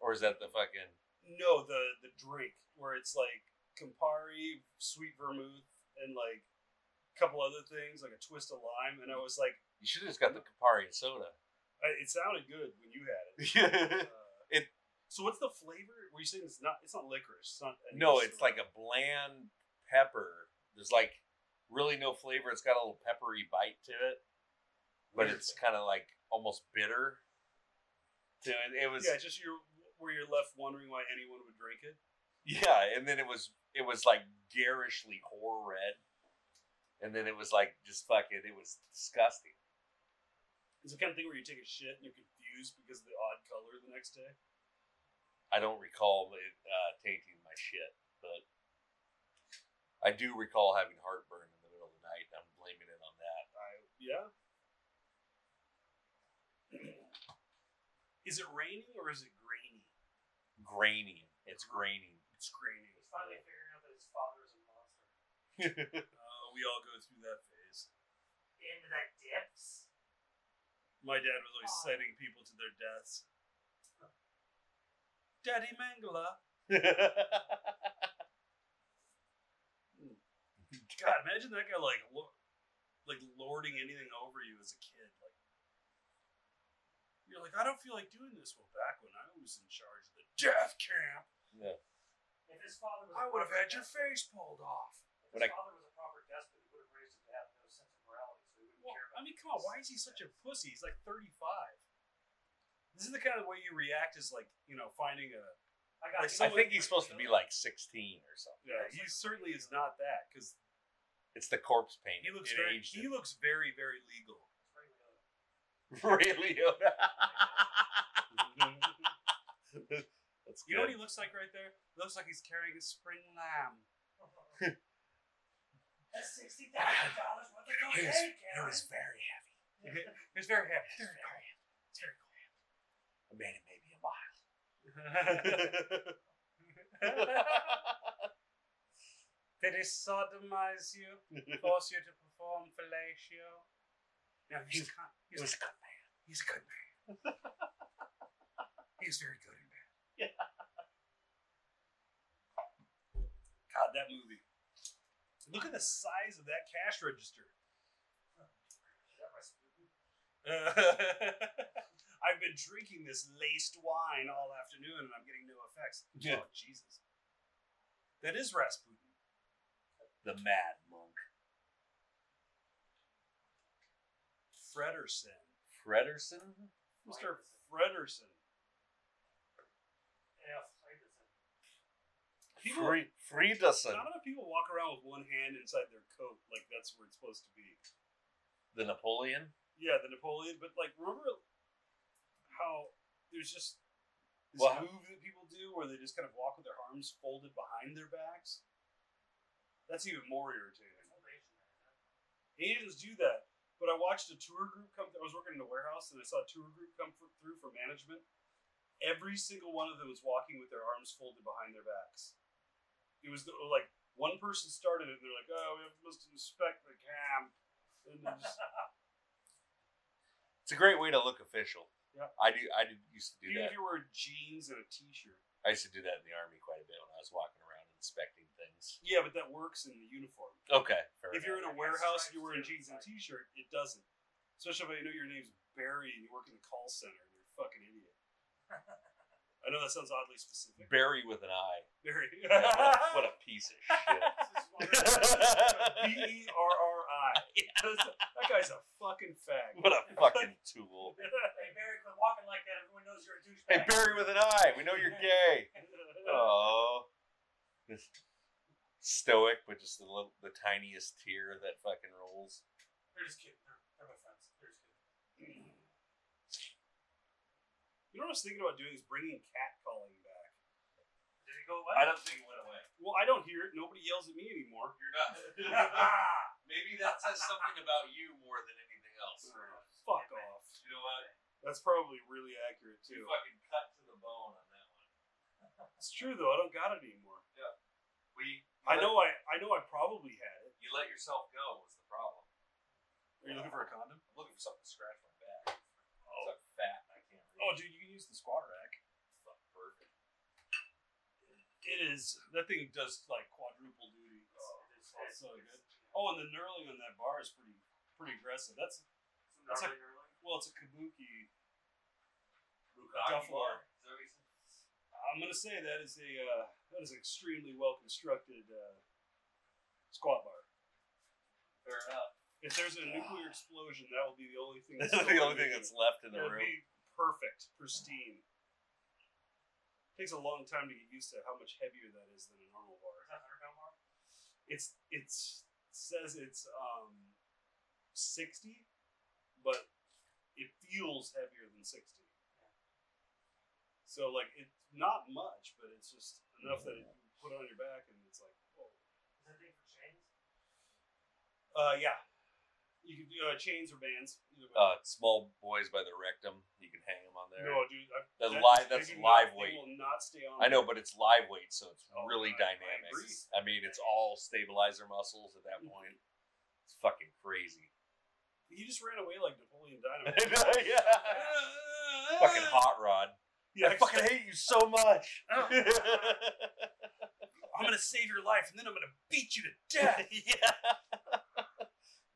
Speaker 3: Or is that the fucking?
Speaker 2: no, the the drink where it's like Campari, sweet vermouth, and like a couple other things, like a twist of lime. And I was like,
Speaker 3: You should have just got the Campari and soda.
Speaker 2: I, it sounded good when you had it. Uh,
Speaker 3: It-
Speaker 2: So what's the flavor? Were you saying it's not? It's not licorice. It's not.
Speaker 3: no, it's like a bland pepper. There's like really no flavor. It's got a little peppery bite to it, but
Speaker 2: Weird.
Speaker 3: it's kind of like almost bitter. To it, it was
Speaker 2: yeah, just you're where you're left wondering why anyone would drink it.
Speaker 3: Yeah, and then it was it was like garishly horror red, and then it was like just fucking it was disgusting.
Speaker 2: It's the kind of thing where you take a shit and you're confused because of the odd color the next day.
Speaker 3: I don't recall it uh, tainting my shit, but I do recall having heartburn in the middle of the night. And I'm blaming it on that.
Speaker 2: I, yeah. is it raining or is it grainy?
Speaker 3: Graining, it's graining.
Speaker 2: It's grainy.
Speaker 4: He's finally figuring out that his father is a monster.
Speaker 2: Uh, we all go through that phase.
Speaker 4: Into the dips.
Speaker 2: My dad was always citing people to their deaths. Daddy Mangala. God, imagine that guy like lo- like lording anything over you as a kid. Like you're like, I don't feel like doing this. Well, back when I was in charge of the death camp,
Speaker 4: If his father was a
Speaker 2: I would have
Speaker 4: proper
Speaker 2: had your
Speaker 4: despot-
Speaker 2: face pulled off.
Speaker 4: If
Speaker 3: When
Speaker 4: his
Speaker 3: I-
Speaker 4: father was a proper despot, he would have raised him to have no sense of morality, so he wouldn't
Speaker 2: Well,
Speaker 4: care about
Speaker 2: I mean, come on, why is he such a pussy? He's like 35. This is the kind of way you react is like, you know, finding a.
Speaker 4: I, got
Speaker 2: like,
Speaker 4: you.
Speaker 3: I think he's supposed to be like 16 or something.
Speaker 2: Yeah, he certainly is not that because
Speaker 3: It's the corpse paint.
Speaker 2: he looks
Speaker 3: It
Speaker 2: very
Speaker 3: aged
Speaker 2: he
Speaker 3: him.
Speaker 2: looks very very legal.
Speaker 3: really. Yoda. That's
Speaker 2: You e know what
Speaker 3: good.
Speaker 2: he looks like right there? He looks like he's carrying a spring lamb.
Speaker 4: That's sixty thousand dollars worth of cocaine, Karen.
Speaker 3: very heavy.
Speaker 2: He's very happy. It's very cool. It's very
Speaker 3: I
Speaker 2: cool.
Speaker 3: made it maybe a mile.
Speaker 2: Did he sodomize you? Force you to perform fellatio? No, he's, a con- he's, a good man. He's a good man. he's very good in bed. God, that movie. Look at the size of that cash register.
Speaker 4: Is that my spoon?
Speaker 2: I've been drinking this laced wine all afternoon and I'm getting no effects.
Speaker 3: Yeah.
Speaker 2: Oh, Jesus. That is Rasputin.
Speaker 3: the Mad Monk.
Speaker 2: Frederson.
Speaker 3: Frederson?
Speaker 2: Mr. Frederson.
Speaker 4: Yeah, I'll play this in.
Speaker 2: People,
Speaker 3: Fre- Frederson.
Speaker 2: not enough people walk around with one hand inside their coat like that's where it's supposed to be.
Speaker 3: The Napoleon?
Speaker 2: Yeah, the Napoleon, but like remember how there's just this
Speaker 3: Well, how-
Speaker 2: move that people do where they just kind of walk with their arms folded behind their backs? That's even more irritating.
Speaker 4: Old Asian man, huh?
Speaker 2: Asians do that. But I watched a tour group come. I was working in a warehouse, and I saw a tour group come fr- through for management. Every single one of them was walking with their arms folded behind their backs. It was the, like one person started it, and they're like, "Oh, we have- must inspect the camp." And they just,
Speaker 3: It's a great way to look official.
Speaker 2: Yeah.
Speaker 3: I do. I did, used to do
Speaker 2: even
Speaker 3: that.
Speaker 2: if you wear jeans and a t-shirt,
Speaker 3: I used to do that in the army quite a bit when I was walking around inspecting things.
Speaker 2: yeah, but that works in the uniform.
Speaker 3: Okay. Fair
Speaker 2: If you're in
Speaker 3: enough.
Speaker 2: a
Speaker 4: I guess
Speaker 2: warehouse and
Speaker 4: stripes
Speaker 2: you're wearing
Speaker 4: too,
Speaker 2: jeans and a
Speaker 4: like-
Speaker 2: t-shirt, it doesn't. Especially if I know your name's Barry and you work in the call center, you're a fucking idiot. I know that sounds oddly specific.
Speaker 3: Barry with an eye.
Speaker 2: Barry.
Speaker 3: Yeah, what, a, what a piece of shit.
Speaker 4: This is one of those-
Speaker 2: B
Speaker 3: what
Speaker 2: E R R I. That's- That guy's a fucking fag.
Speaker 3: a fucking tool.
Speaker 4: Hey, Barry, quit walking like that. Everyone knows you're a douchebag.
Speaker 3: Hey, Barry with an eye. We know you're gay. Oh, this stoic with just the little, the tiniest tear that fucking rolls.
Speaker 4: They're just kidding. They're, they're my friends. They're just kidding.
Speaker 2: You know what I was thinking about doing is bringing cat calling back.
Speaker 4: Did it go away?
Speaker 3: don't think it went away.
Speaker 2: Well, I don't hear it. Nobody yells at me anymore.
Speaker 3: You're not.
Speaker 4: Ah,
Speaker 3: Maybe that says something about you more than anything else.
Speaker 2: Fuck off.
Speaker 3: You know what?
Speaker 2: That's probably really accurate
Speaker 3: You
Speaker 2: too.
Speaker 3: fucking cut to the bone on that one.
Speaker 2: It's true though. I don't got it anymore.
Speaker 3: We.
Speaker 2: I know. I I know. I probably had it.
Speaker 3: You let yourself go was the problem.
Speaker 2: Are you looking for a condom?
Speaker 3: I'm looking for something to scratch my back. Oh, I'm fat and I can't.
Speaker 2: Oh,
Speaker 3: reach.
Speaker 2: dude, you can use the squat rack.
Speaker 3: Fuck, perfect.
Speaker 2: It is. That thing does like quadruple duty.
Speaker 4: it is-
Speaker 2: That's
Speaker 4: it's-
Speaker 2: so
Speaker 4: it's-
Speaker 2: good. Oh, and the knurling on that bar is pretty pretty aggressive. That's
Speaker 4: Some
Speaker 2: That's
Speaker 4: gnarly knurling.
Speaker 2: well, it's a kabuki.
Speaker 3: Duffler.
Speaker 2: Duffler.
Speaker 3: Is that what you said?
Speaker 2: I'm gonna say that is a uh, that is an extremely well constructed uh, squat bar.
Speaker 3: Fair enough.
Speaker 2: If there's a nuclear explosion, that will be the only thing.
Speaker 3: This is the only thing that's left in the
Speaker 2: It'll
Speaker 3: room.
Speaker 2: be perfect, pristine. Takes a long time to get used to how much heavier that is than a normal bar.
Speaker 4: Is that 100 pound bar?
Speaker 2: It's it's says it's um sixty, but it feels heavier than sixty. So like it's not much, but it's just enough that it, you put it on your back and it's like, whoa.
Speaker 4: Is that thing for chains?
Speaker 2: Uh yeah. You can do uh, chains or bands. Either way.
Speaker 3: Uh, small boys by the rectum. You can hang them on there.
Speaker 2: no, dude. I,
Speaker 3: That's
Speaker 2: that-
Speaker 3: live-
Speaker 2: they
Speaker 3: that's
Speaker 2: do
Speaker 3: live
Speaker 2: not,
Speaker 3: weight.
Speaker 2: They will not stay on.
Speaker 3: I know, but it's live weight, so it's
Speaker 2: Oh,
Speaker 3: really
Speaker 2: I- I
Speaker 3: dynamic.
Speaker 2: agree.
Speaker 3: I, mean, it's all stabilizer muscles at
Speaker 2: Mm-hmm.
Speaker 3: that point. It's fucking crazy.
Speaker 2: He just ran away like Napoleon Dynamite.
Speaker 3: yeah. Fucking hot rod. I
Speaker 2: Yeah,
Speaker 3: fucking hate you so much.
Speaker 2: Oh.
Speaker 3: yeah.
Speaker 2: I'm gonna save your life, and then I'm gonna beat you to death.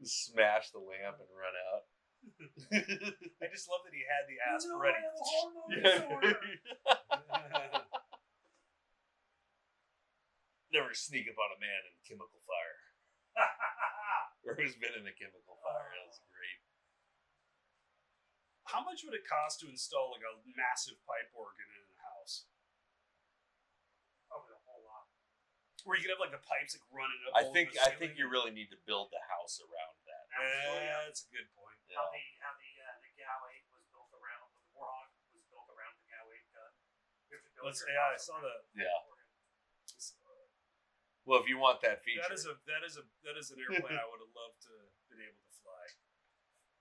Speaker 3: Smash the lamp and run out.
Speaker 2: I just love that he had the ass
Speaker 4: No,
Speaker 2: ready.
Speaker 4: I have a hormone
Speaker 3: Yeah.
Speaker 4: disorder.
Speaker 3: Never sneak up on a man in chemical fire. Or who's been in a chemical fire. That was great.
Speaker 2: How much would it cost to install like a massive pipe organ in a house
Speaker 4: Probably a whole lot.
Speaker 2: where you could have like the pipes like running up?
Speaker 3: I
Speaker 2: over
Speaker 3: think
Speaker 2: Oh, the
Speaker 3: I
Speaker 2: ceiling?
Speaker 3: think you really need to build the house around that.
Speaker 4: Absolutely.
Speaker 2: Yeah, that's a good point.
Speaker 4: How
Speaker 3: Yeah.
Speaker 4: the how the uh, the Galley was built around the Warhawk was built around the Galley gun. You have to build
Speaker 2: Let's,
Speaker 4: your
Speaker 2: yeah, I
Speaker 4: house
Speaker 2: saw
Speaker 4: around
Speaker 2: that.
Speaker 3: Yeah.
Speaker 4: it.
Speaker 3: Well, if you want that feature,
Speaker 2: That is a that is a that is an airplane I would have loved to been able to fly,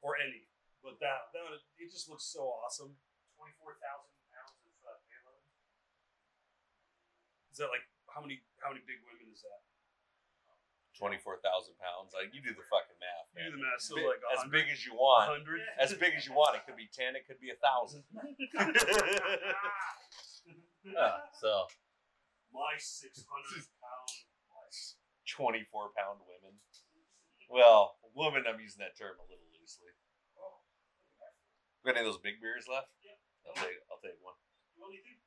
Speaker 2: or any. But that that would, it just looks so awesome.
Speaker 4: Twenty-four thousand pounds of uh, payload.
Speaker 2: Is that like how many how many big women is that?
Speaker 3: twenty-four thousand pounds. Like you do the fucking math,
Speaker 2: You
Speaker 3: man.
Speaker 2: do the math. So
Speaker 3: Bi-
Speaker 2: like
Speaker 3: as
Speaker 2: 100?
Speaker 3: big as you want,
Speaker 2: 100?
Speaker 4: Yeah.
Speaker 3: as big as you want. It could be ten. It could be a thousand.
Speaker 4: Ah,
Speaker 3: Yeah, Uh, so
Speaker 2: My 600 pound life.
Speaker 3: twenty-four pound women. Well, woman, I'm using that term a little loosely.
Speaker 4: oh,
Speaker 3: Got any of those big beers left?
Speaker 4: Yeah.
Speaker 3: I'll take. I'll take one.
Speaker 4: you want anything?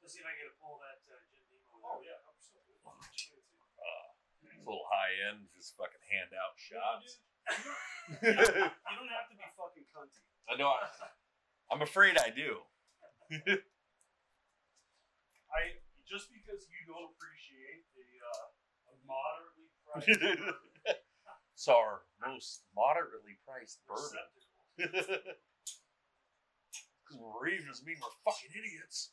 Speaker 4: Let's see if I can get a pull of that uh, Jim Nemo.
Speaker 2: Oh,
Speaker 4: yeah, I'm so good.
Speaker 3: It's a little high end. Just fucking hand out shots.
Speaker 2: You don't have to be fucking cunty.
Speaker 3: I know. I, I'm afraid I do.
Speaker 2: I just because you don't appreciate the uh, moderately priced
Speaker 3: It's our most moderately priced bourbon.
Speaker 2: receptacle.
Speaker 3: Because we're raving doesn't mean we're fucking idiots.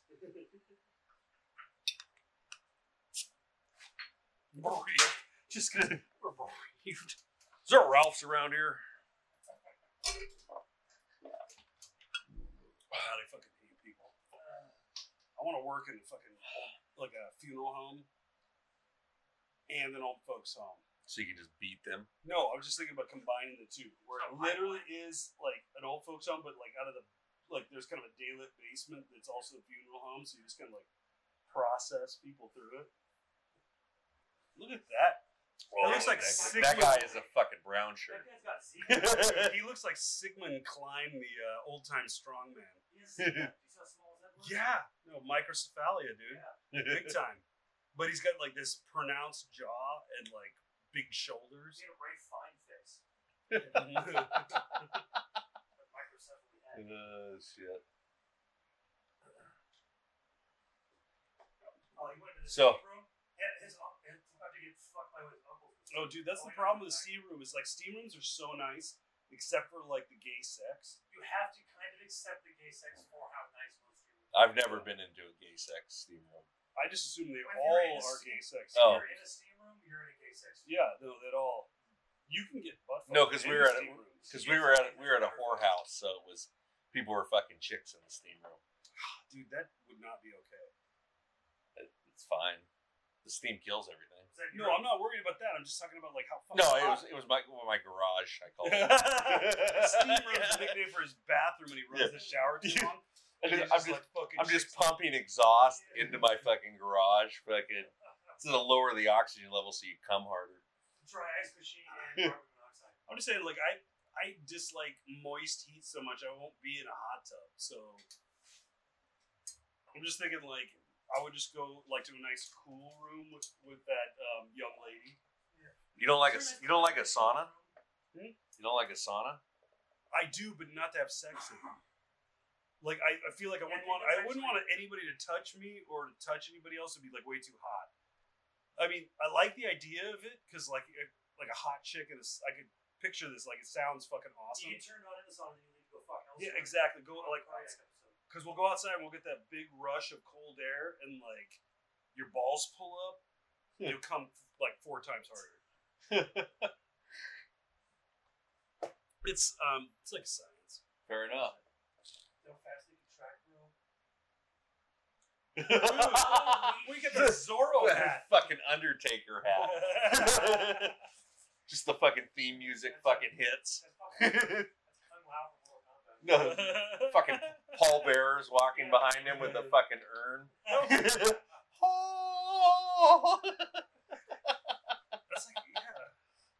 Speaker 2: Just gonna.
Speaker 3: Is there Ralph's around here?
Speaker 2: God, I fucking hate people. I want to work in a fucking like a funeral home and an old folks home.
Speaker 3: So you can just beat them.
Speaker 2: No, I was just thinking about combining the two, where it
Speaker 4: Oh, my
Speaker 2: literally is like an old folks home, but like out of the like there's kind of a daylit basement that's also a funeral home, so you just kind of like process people through it. Look at that!
Speaker 3: Oh,
Speaker 2: looks like
Speaker 3: that,
Speaker 2: six-
Speaker 3: that guy is a fucking brown
Speaker 4: That
Speaker 3: shirt.
Speaker 4: guy's got Zeke.
Speaker 2: he looks like Sigmund Klein, the uh, old time strongman.
Speaker 4: He has Zeke. Do you see how small his head was?
Speaker 2: Yeah, no microcephalia, dude,
Speaker 4: Yeah.
Speaker 2: big time. But he's got like this pronounced jaw and like big shoulders.
Speaker 4: He had a very fine face. But microcephaly head.
Speaker 3: Uh, shit.
Speaker 4: Oh, he went to the
Speaker 3: So-
Speaker 4: steam room? Yeah, his uncle about to get fucked by his uncle.
Speaker 2: Oh, dude, that's the problem with steam room is like steam rooms are so nice, except for like the gay sex.
Speaker 4: You have to kind of accept the gay sex for how nice most people.
Speaker 3: I've never been into a gay sex steam room.
Speaker 2: I just assume they
Speaker 4: If
Speaker 2: all
Speaker 4: you're in a
Speaker 2: are
Speaker 4: steam-
Speaker 2: gay sex.
Speaker 4: If
Speaker 3: Oh.
Speaker 4: You're in a steam room. You're in a gay sex. room.
Speaker 2: Yeah, no, that all. You can get butt.
Speaker 3: No,
Speaker 2: fucked
Speaker 3: 'cause
Speaker 2: in
Speaker 3: we were at a-
Speaker 2: steam rooms.
Speaker 3: Because we were at we were at a whorehouse, so it was people were fucking chicks in the steam room.
Speaker 2: dude, that would not be okay.
Speaker 3: It- it's fine. The steam kills everything.
Speaker 4: Was that
Speaker 2: No, I'm not worried about that. I'm just talking about like how fucking.
Speaker 3: No, it was
Speaker 2: hot-
Speaker 3: it was my my garage. I called it.
Speaker 2: The steam room's the nickname for his bathroom, and he runs
Speaker 3: Yeah.
Speaker 2: the shower too long.
Speaker 3: I'm
Speaker 2: and
Speaker 3: just,
Speaker 2: he's
Speaker 3: I'm just,
Speaker 2: like, fucking
Speaker 3: I'm just pumping exhaust into my fucking garage. Fucking, it's gonna lower the oxygen level so you come harder.
Speaker 4: Try ice machine and carbon monoxide.
Speaker 2: I'm just saying, like I, I dislike moist heat so much. I won't be in a hot tub, so I'm just thinking like I would just go like to a nice cool room with with that um, young lady.
Speaker 3: You don't like a you don't like a sauna.
Speaker 2: Hmm?
Speaker 3: You don't like a sauna.
Speaker 2: I do, but not to have sex in. Like I, I feel like I wouldn't want I wouldn't want anybody to touch me or to touch anybody else. It'd be like way too hot. I mean, I like the idea of it because like like a hot chick and a s I could picture this. Like it sounds fucking awesome.
Speaker 4: You get turned on in the sauna and you leave to go fuck
Speaker 2: Yeah,
Speaker 4: elsewhere.
Speaker 2: exactly. Go like
Speaker 4: Oh, yeah, episode.
Speaker 2: because we'll go outside and we'll get that big rush of cold air and like your balls pull up and you'll come like four times harder It's um, it's like science.
Speaker 3: Fair enough.
Speaker 4: No fast leaking track rule.
Speaker 2: we get the Zorro hat.
Speaker 3: fucking Undertaker hat. Just the fucking theme music fucking hits.
Speaker 4: That's fucking. that's unloud for Mortal Kombat.
Speaker 3: no, fucking pallbearers walking behind him with a fucking urn. oh,
Speaker 2: That's like yeah.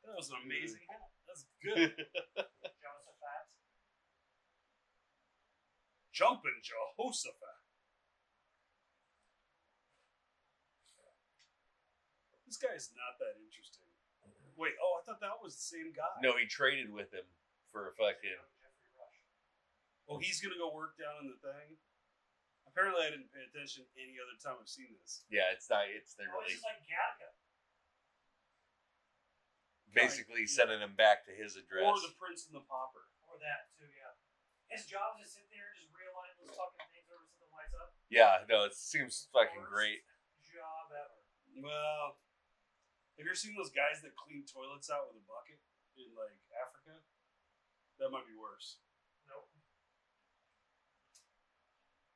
Speaker 2: That was an amazing hat. That's good.
Speaker 4: Jehoshaphat.
Speaker 2: Jumping Jehoshaphat. This guy is not that interesting. Wait, oh, I thought that was the same guy.
Speaker 3: no, he traded with him for a fucking.
Speaker 4: Jeffrey Rush.
Speaker 2: Oh, he's gonna go work down in the thing. Apparently, I didn't pay attention any other time I've seen this.
Speaker 3: Yeah, it's not. It's they're
Speaker 4: Oh,
Speaker 3: really
Speaker 4: this is like Gattaca.
Speaker 3: basically sending him back to his address.
Speaker 2: Or the Prince and the Pauper.
Speaker 4: Or that too, yeah. His job is to sit there and just realign those fucking things over so the lights up.
Speaker 3: yeah, no, it seems fucking
Speaker 4: Worst
Speaker 3: great.
Speaker 4: Job ever.
Speaker 2: Well, have you ever seen those guys that clean toilets out with a bucket in like Africa? That might be worse.
Speaker 4: Nope.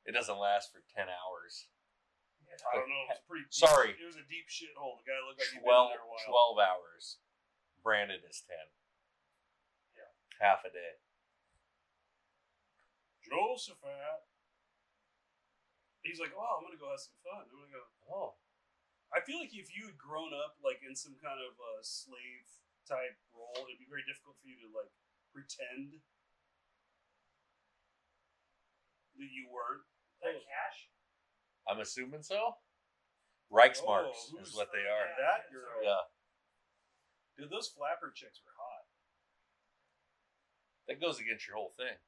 Speaker 3: It doesn't last for ten hours.
Speaker 4: Yeah.
Speaker 2: I don't know. It was a pretty. Deep,
Speaker 3: Sorry.
Speaker 2: it was a deep shithole. The guy looked like he'd been
Speaker 3: 12,
Speaker 2: in there a while.
Speaker 3: 12 hours. Brandon is ten.
Speaker 4: Yeah.
Speaker 3: Half a day.
Speaker 2: Josephat. He's like, oh, I'm gonna go have some fun. I'm gonna go.
Speaker 3: Oh,
Speaker 2: I feel like if you had grown up like in some kind of uh, slave type role, it'd be very difficult for you to like pretend that you weren't. Oh.
Speaker 4: That cash.
Speaker 3: I'm assuming so. Reichsmarks
Speaker 2: Oh,
Speaker 3: is
Speaker 2: who's
Speaker 3: what they are.
Speaker 2: That girl.
Speaker 3: Yeah,
Speaker 2: Dude, those flapper chicks were hot.
Speaker 3: that goes against your whole thing.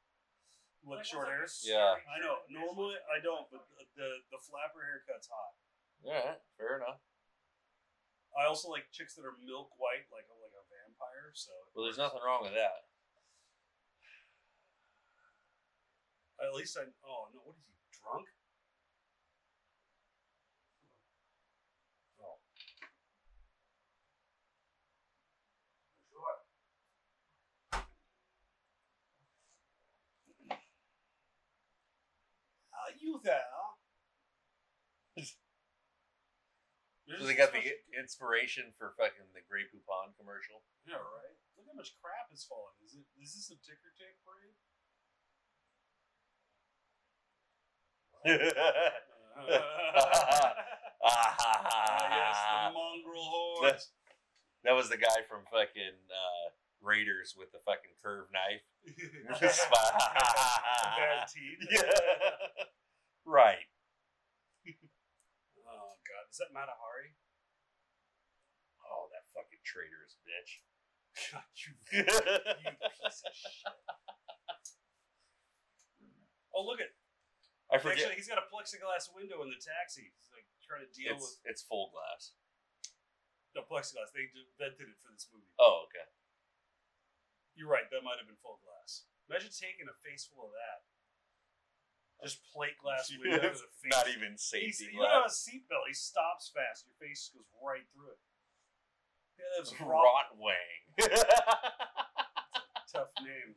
Speaker 2: Like short hair.
Speaker 3: Yeah.
Speaker 2: I know. Normally I don't, but the, the the flapper haircut's hot.
Speaker 3: All right, fair enough.
Speaker 2: I also like chicks that are milk white, like like a vampire. So
Speaker 3: Well, there's nothing wrong with that.
Speaker 2: At least I. Oh no! What is he drunk? Oh,
Speaker 4: Sure.
Speaker 2: are you there? There's
Speaker 3: So they
Speaker 2: just
Speaker 3: got
Speaker 2: so
Speaker 3: the
Speaker 2: much-
Speaker 3: i- inspiration for fucking the Grey Poupon commercial.
Speaker 2: yeah right. Look how much crap is falling. Is it? Is this a ticker tape parade? Ah, yes, the mongrel horde.
Speaker 3: That's- that was the guy from fucking uh, Raiders with the fucking curved knife.
Speaker 2: Bad teeth.
Speaker 3: Yeah. Right.
Speaker 2: Oh god, is that Matahari?
Speaker 3: Oh, that fucking traitorous bitch.
Speaker 2: God, you, you
Speaker 3: I
Speaker 2: piece of shit. Oh, look at
Speaker 3: forget.
Speaker 2: Actually, he's got a plexiglass window in the taxi. He's like trying to deal
Speaker 3: it's, it's full glass.
Speaker 2: with the plexiglass. They invented it for this movie.
Speaker 3: Oh, okay.
Speaker 2: You're right. That might have been full glass. Imagine taking a face full of that. Just plate glass window.
Speaker 3: It's
Speaker 2: with a face.
Speaker 3: Not even
Speaker 2: He's,
Speaker 3: safety
Speaker 2: you don't have
Speaker 3: glass.
Speaker 2: a seatbelt. He stops fast. Your face goes right through it. Yeah, that was a raw,
Speaker 3: Rot Wang.
Speaker 2: tough name.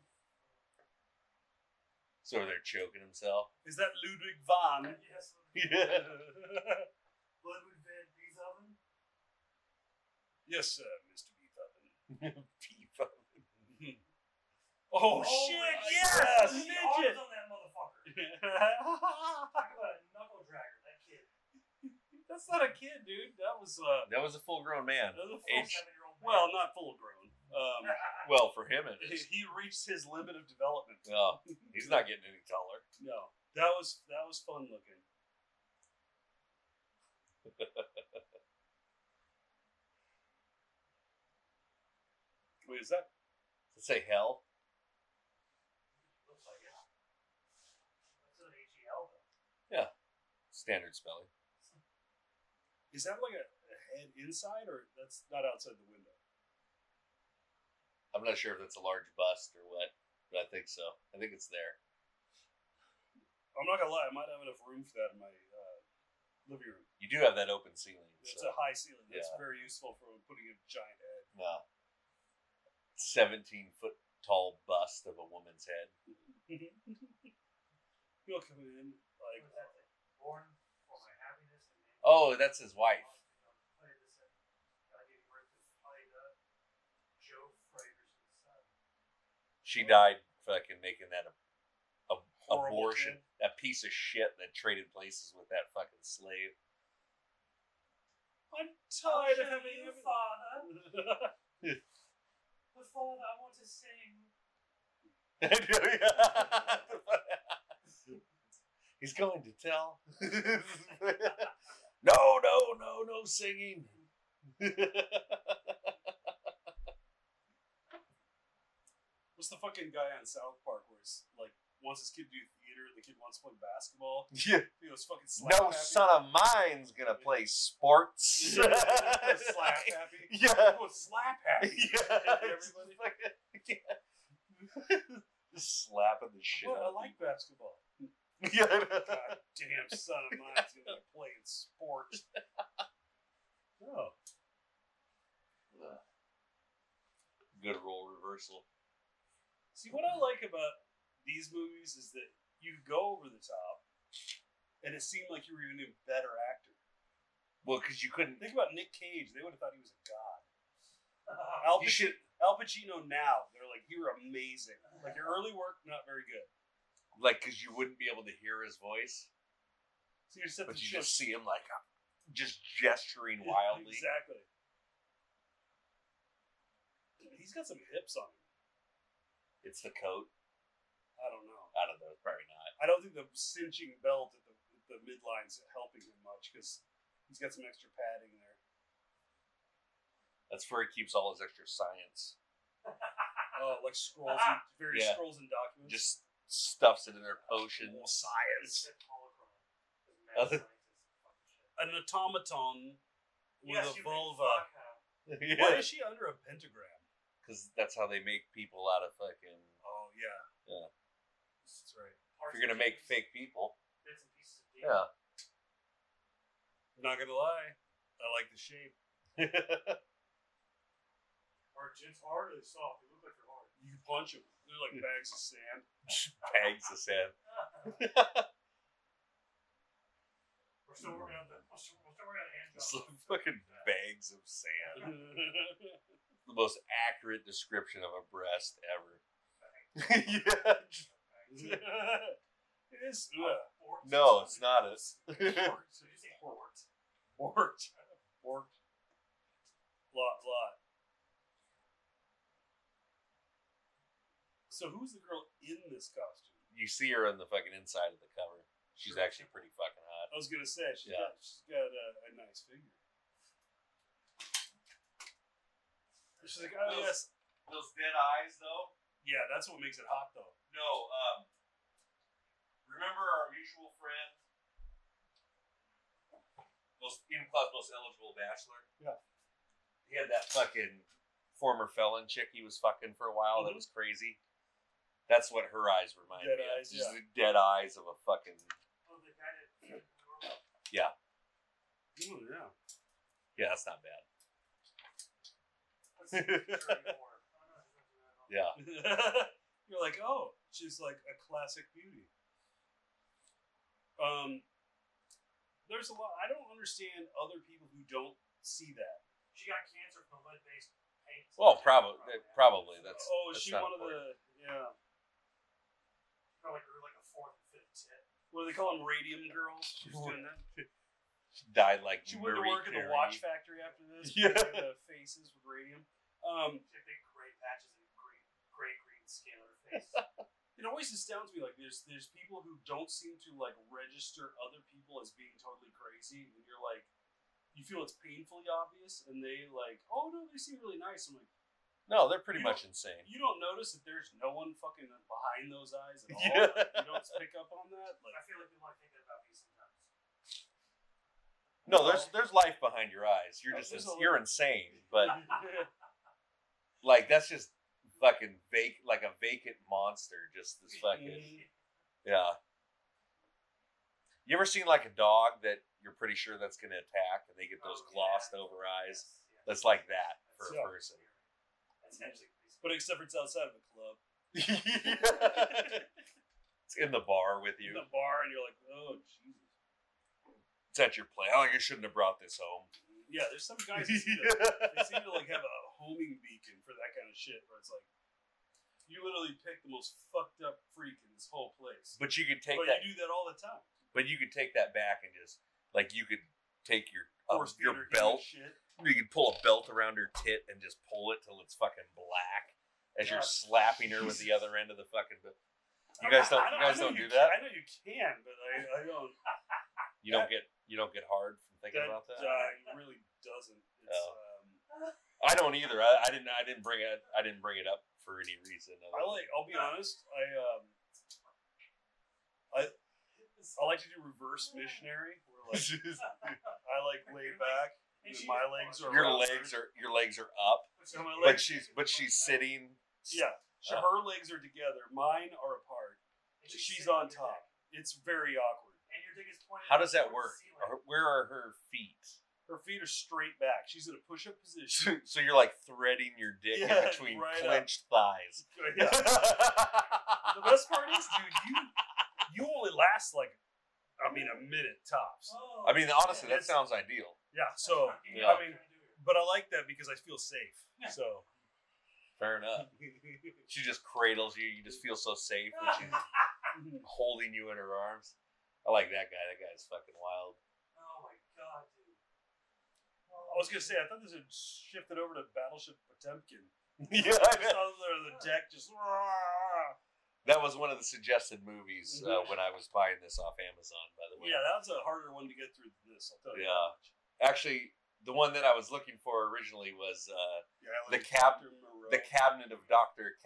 Speaker 3: so they're choking himself.
Speaker 2: Is that Ludwig van?
Speaker 4: Yes.
Speaker 3: Yeah.
Speaker 4: Ludwig van Beethoven.
Speaker 2: yes, sir, Mr. Beethoven.
Speaker 3: Oh,
Speaker 2: Oh, shit,
Speaker 3: my
Speaker 2: yes!
Speaker 4: The
Speaker 2: Midget!
Speaker 4: arms on that motherfucker. Talk about a knuckle dragger. That kid.
Speaker 2: That's not a kid, dude. That was uh,
Speaker 3: That was a full grown man.
Speaker 2: that was a full,
Speaker 3: Age-
Speaker 4: Seven-year-old man.
Speaker 2: well, not full grown. Um,
Speaker 3: Well, for him it
Speaker 2: he,
Speaker 3: is.
Speaker 2: he reached his limit of development.
Speaker 3: Oh, he's not getting any taller.
Speaker 2: No, that was that was fun looking. Wait, is that
Speaker 3: Let's say hell.
Speaker 4: Looks like it. That's an H-E-L though.
Speaker 3: Standard spelling.
Speaker 2: is that like a, a head inside or that's not outside the window?
Speaker 3: I'm not sure if that's a large bust or what, but I think so. I think it's there.
Speaker 2: I'm not gonna lie, I might have enough room for that in my uh, living room.
Speaker 3: You do have that open ceiling.
Speaker 2: It's
Speaker 3: so,
Speaker 2: a high ceiling. That's
Speaker 3: Yeah.
Speaker 2: very useful for putting a giant head.
Speaker 3: no. 17 foot tall bust of a woman's head.
Speaker 2: He'll come in like
Speaker 4: What was that thing? Born for my happiness and man-
Speaker 3: Oh, that's his wife.
Speaker 4: Play this in. God gave birth to Ida, Joe Fragerson's son.
Speaker 3: She died fucking making that a, a-
Speaker 2: Oh. Horrible
Speaker 3: abortion.
Speaker 2: kid.
Speaker 3: That piece of shit that traded places with that fucking slave.
Speaker 2: I'm tired of having
Speaker 4: you,
Speaker 2: you.
Speaker 4: father. But father, I want to sing.
Speaker 3: He's going to tell. no, no, no, no singing.
Speaker 2: What's the fucking guy on South Park where he's like wants his kid to do theater, the kid wants to play basketball. He goes fucking slap
Speaker 3: no
Speaker 2: happy.
Speaker 3: son of mine's gonna play sports.
Speaker 2: slap happy.
Speaker 3: Yeah.
Speaker 2: Oh, slap happy. Everybody.
Speaker 3: Just slapping the shit.
Speaker 2: Well, I
Speaker 3: out
Speaker 2: like basketball.
Speaker 3: of you.
Speaker 2: God damn son of mine's gonna be playing sports. No.
Speaker 3: Good role reversal.
Speaker 2: See what I like about these movies is that you go over the top and it seemed like you were even a better actor.
Speaker 3: Well, because you couldn't.
Speaker 2: Think about Nick Cage, they would have thought he was a god.
Speaker 4: Uh,
Speaker 2: Al
Speaker 3: You
Speaker 2: Pac-
Speaker 3: should.
Speaker 2: Al Pacino now, they're like, you're amazing. Like your early work, not very good.
Speaker 3: Like, because you wouldn't be able to hear his voice,
Speaker 2: So you just have
Speaker 3: but
Speaker 2: to
Speaker 3: you just see him, like, uh, just gesturing wildly.
Speaker 2: Exactly. He's got some hips on him.
Speaker 3: It's the coat.
Speaker 2: I don't know.
Speaker 3: I don't know. Probably not.
Speaker 2: I don't think the cinching belt at the, at the midline's helping him much because he's got some extra padding there.
Speaker 3: That's where he keeps all his extra science.
Speaker 2: Oh, like scrolls, and
Speaker 3: Uh-huh.
Speaker 2: various
Speaker 3: Yeah.
Speaker 2: scrolls and documents.
Speaker 3: Just stuffs it in their
Speaker 2: More
Speaker 3: potions.
Speaker 2: science.
Speaker 4: Seth Holocron. The mad
Speaker 3: Other-
Speaker 4: scientist. Fucking shit.
Speaker 2: An automaton with
Speaker 4: Yes,
Speaker 2: a
Speaker 4: you big
Speaker 2: vulva.
Speaker 4: fuck, huh?
Speaker 2: Why
Speaker 3: Because
Speaker 2: is she under a pentagram?
Speaker 3: that's how they make people out of fucking.
Speaker 2: Oh yeah.
Speaker 3: Yeah.
Speaker 2: That's right.
Speaker 3: If you're gonna make fake people,
Speaker 4: bits and pieces of data.
Speaker 3: yeah.
Speaker 2: Not gonna lie, I like the shape.
Speaker 4: Are gins hard or they soft? They look like they're hard.
Speaker 2: You can punch them. They're like bags of sand.
Speaker 3: Tags the sand.
Speaker 4: We're still working on the. We're still, we're still working on hand
Speaker 3: Just
Speaker 4: jobs.
Speaker 3: like fucking bags of sand. The most accurate description of a breast ever. yeah.
Speaker 2: it is. Ugh.
Speaker 4: Fort.
Speaker 3: No, it's not it.
Speaker 4: Fort. So you say fort.
Speaker 2: Worked. Worked. Lot, lot. So who's the girl in this costume?
Speaker 3: You see her on the fucking inside of the cover. She's actually pretty fucking hot.
Speaker 2: I was gonna say she's
Speaker 3: Yeah.
Speaker 2: got she's got a, a nice figure. She's like, oh yes,
Speaker 1: Those dead eyes, though.
Speaker 2: yeah, that's what makes it hot though.
Speaker 1: No. Um, remember our mutual friend,
Speaker 3: Most in class, most eligible bachelor.
Speaker 2: Yeah.
Speaker 3: He had that fucking former felon chick he was fucking for a while. That was crazy. That's what her eyes remind
Speaker 2: Mm-hmm. Dead
Speaker 3: me of.
Speaker 2: eyes,
Speaker 3: Just
Speaker 2: yeah.
Speaker 3: the dead eyes of a fucking
Speaker 4: Oh, the guy that.
Speaker 2: Oh yeah.
Speaker 3: Yeah, that's not bad.
Speaker 4: What's the picture anymore? Oh, no, it's not that at all.
Speaker 3: Yeah.
Speaker 2: You're like, oh, she's like a classic beauty. Um, there's a lot. I don't understand other people who don't see that.
Speaker 4: She got cancer from the lead based paint.
Speaker 3: Well, probably, probably that's.
Speaker 2: oh, is
Speaker 3: that's
Speaker 2: she
Speaker 3: not
Speaker 2: one
Speaker 3: important.
Speaker 2: of the yeah?
Speaker 4: She probably grew like a fourth and fifth tip.
Speaker 2: What do they call them? Radium girls. She was doing that.
Speaker 3: She died like
Speaker 2: She went to
Speaker 3: Marie
Speaker 2: work at the
Speaker 3: Curie.
Speaker 2: watch factory after this.
Speaker 3: Yeah.
Speaker 2: because of The faces with radium. Um,
Speaker 4: She had big gray patches and green, gray green skin on her face.
Speaker 2: it always astounds me. Like there's there's people who don't seem to like register other people as being totally crazy, and you're like, you feel it's painfully obvious, and they like, oh no, they seem really nice. I'm like,
Speaker 3: No, they're pretty
Speaker 2: You
Speaker 3: much insane.
Speaker 2: you don't notice that there's no one fucking behind those eyes at all.
Speaker 3: Yeah.
Speaker 2: Like, you don't pick up on that.
Speaker 4: I
Speaker 2: Like,
Speaker 4: feel like people might think that about me sometimes.
Speaker 3: No, there's there's life behind your eyes. You're
Speaker 2: Oh,
Speaker 3: just
Speaker 2: there's
Speaker 3: ins-
Speaker 2: a-
Speaker 3: you're insane, but like that's just fucking vac like a vacant monster. Just this fucking yeah. You ever seen like a dog that you're pretty sure that's gonna attack, and they get those
Speaker 4: Oh, yeah.
Speaker 3: glossed over eyes?
Speaker 4: Yes, yeah.
Speaker 3: That's like that for
Speaker 2: Yeah.
Speaker 3: a person.
Speaker 4: That's actually pretty
Speaker 2: But except for it's outside of a club.
Speaker 3: it's in the bar with you.
Speaker 2: In the bar, and you're like, oh, Jesus.
Speaker 3: It's at your place. I like I shouldn't have brought this home.
Speaker 2: Yeah, there's some guys who seem to, they seem to like have a homing beacon for that kind of shit where it's like, you literally pick the most fucked up freak in this whole place.
Speaker 3: But you could take
Speaker 2: but
Speaker 3: that.
Speaker 2: you do that all the time.
Speaker 3: But you could take that back and just like you could take your uh,
Speaker 2: Horse
Speaker 3: your
Speaker 2: feeder kind of
Speaker 3: belt.
Speaker 2: Shit.
Speaker 3: You could pull a belt around her tit and just pull it till it's fucking black as
Speaker 2: Yeah.
Speaker 3: you're slapping her with the other end of the fucking. belt. You
Speaker 2: I-
Speaker 3: guys don't.
Speaker 2: I- I
Speaker 3: You guys
Speaker 2: know
Speaker 3: don't do
Speaker 2: you
Speaker 3: that.
Speaker 2: Can, I know you can, but I, I don't.
Speaker 3: You don't get. You don't get hard from thinking
Speaker 2: That
Speaker 3: about that. Oh.
Speaker 2: uh, really doesn't. It's, um,
Speaker 3: I don't either. I, I didn't. I didn't bring it. I didn't bring it up for any reason.
Speaker 2: I like. I'll be honest. I um. I I like to do reverse missionary. Where like I like lay back.
Speaker 4: And she
Speaker 2: my
Speaker 4: just
Speaker 2: legs are
Speaker 4: falls.
Speaker 3: your
Speaker 2: around her.
Speaker 3: legs are your legs are up,
Speaker 2: So my
Speaker 3: but
Speaker 2: legs-
Speaker 3: she's but she's sitting.
Speaker 2: Yeah. So
Speaker 3: Uh.
Speaker 2: her legs are together. Mine are apart.
Speaker 4: And
Speaker 2: She's
Speaker 4: sitting
Speaker 2: on
Speaker 4: on your
Speaker 2: top. It's very awkward.
Speaker 4: dick. And your dick is pointed
Speaker 3: How does
Speaker 4: towards
Speaker 3: that
Speaker 4: the
Speaker 3: work? Are-
Speaker 4: ceiling.
Speaker 3: Where are her feet?
Speaker 2: Her feet are straight back. She's in a push-up position.
Speaker 3: So, so you're like threading your dick in
Speaker 2: Yeah,
Speaker 3: between
Speaker 2: right up.
Speaker 3: clenched thighs.
Speaker 2: Yeah. the best part is, dude, you you only last like, I mean, a minute tops.
Speaker 4: Oh,
Speaker 3: I mean, honestly,
Speaker 4: yeah.
Speaker 3: that sounds ideal.
Speaker 2: Yeah. So,
Speaker 4: You
Speaker 3: Yeah.
Speaker 4: know
Speaker 2: I
Speaker 4: what I'm
Speaker 2: mean,
Speaker 4: trying to do here.
Speaker 2: but I like that because I feel safe. So
Speaker 3: Fair
Speaker 2: Oh
Speaker 3: enough. She just cradles you. You just feel so safe when she's holding you in her arms. I like that guy. That guy's fucking wild.
Speaker 4: oh my god, dude.
Speaker 2: I was gonna say, I thought this had shifted over to Battleship Potemkin.
Speaker 3: yeah,
Speaker 2: I just thought there the deck just.
Speaker 3: that was one of the suggested movies uh, when I was buying this off Amazon. By the way,
Speaker 2: Mm-hmm. Yeah, that was a harder one to get through than this. I'll tell you.
Speaker 3: Yeah. actually, the one that I was looking for originally was uh,
Speaker 2: Yeah, I
Speaker 3: The
Speaker 2: like
Speaker 3: cab-
Speaker 2: Dr. Moreau.
Speaker 3: the Cabinet of Doctor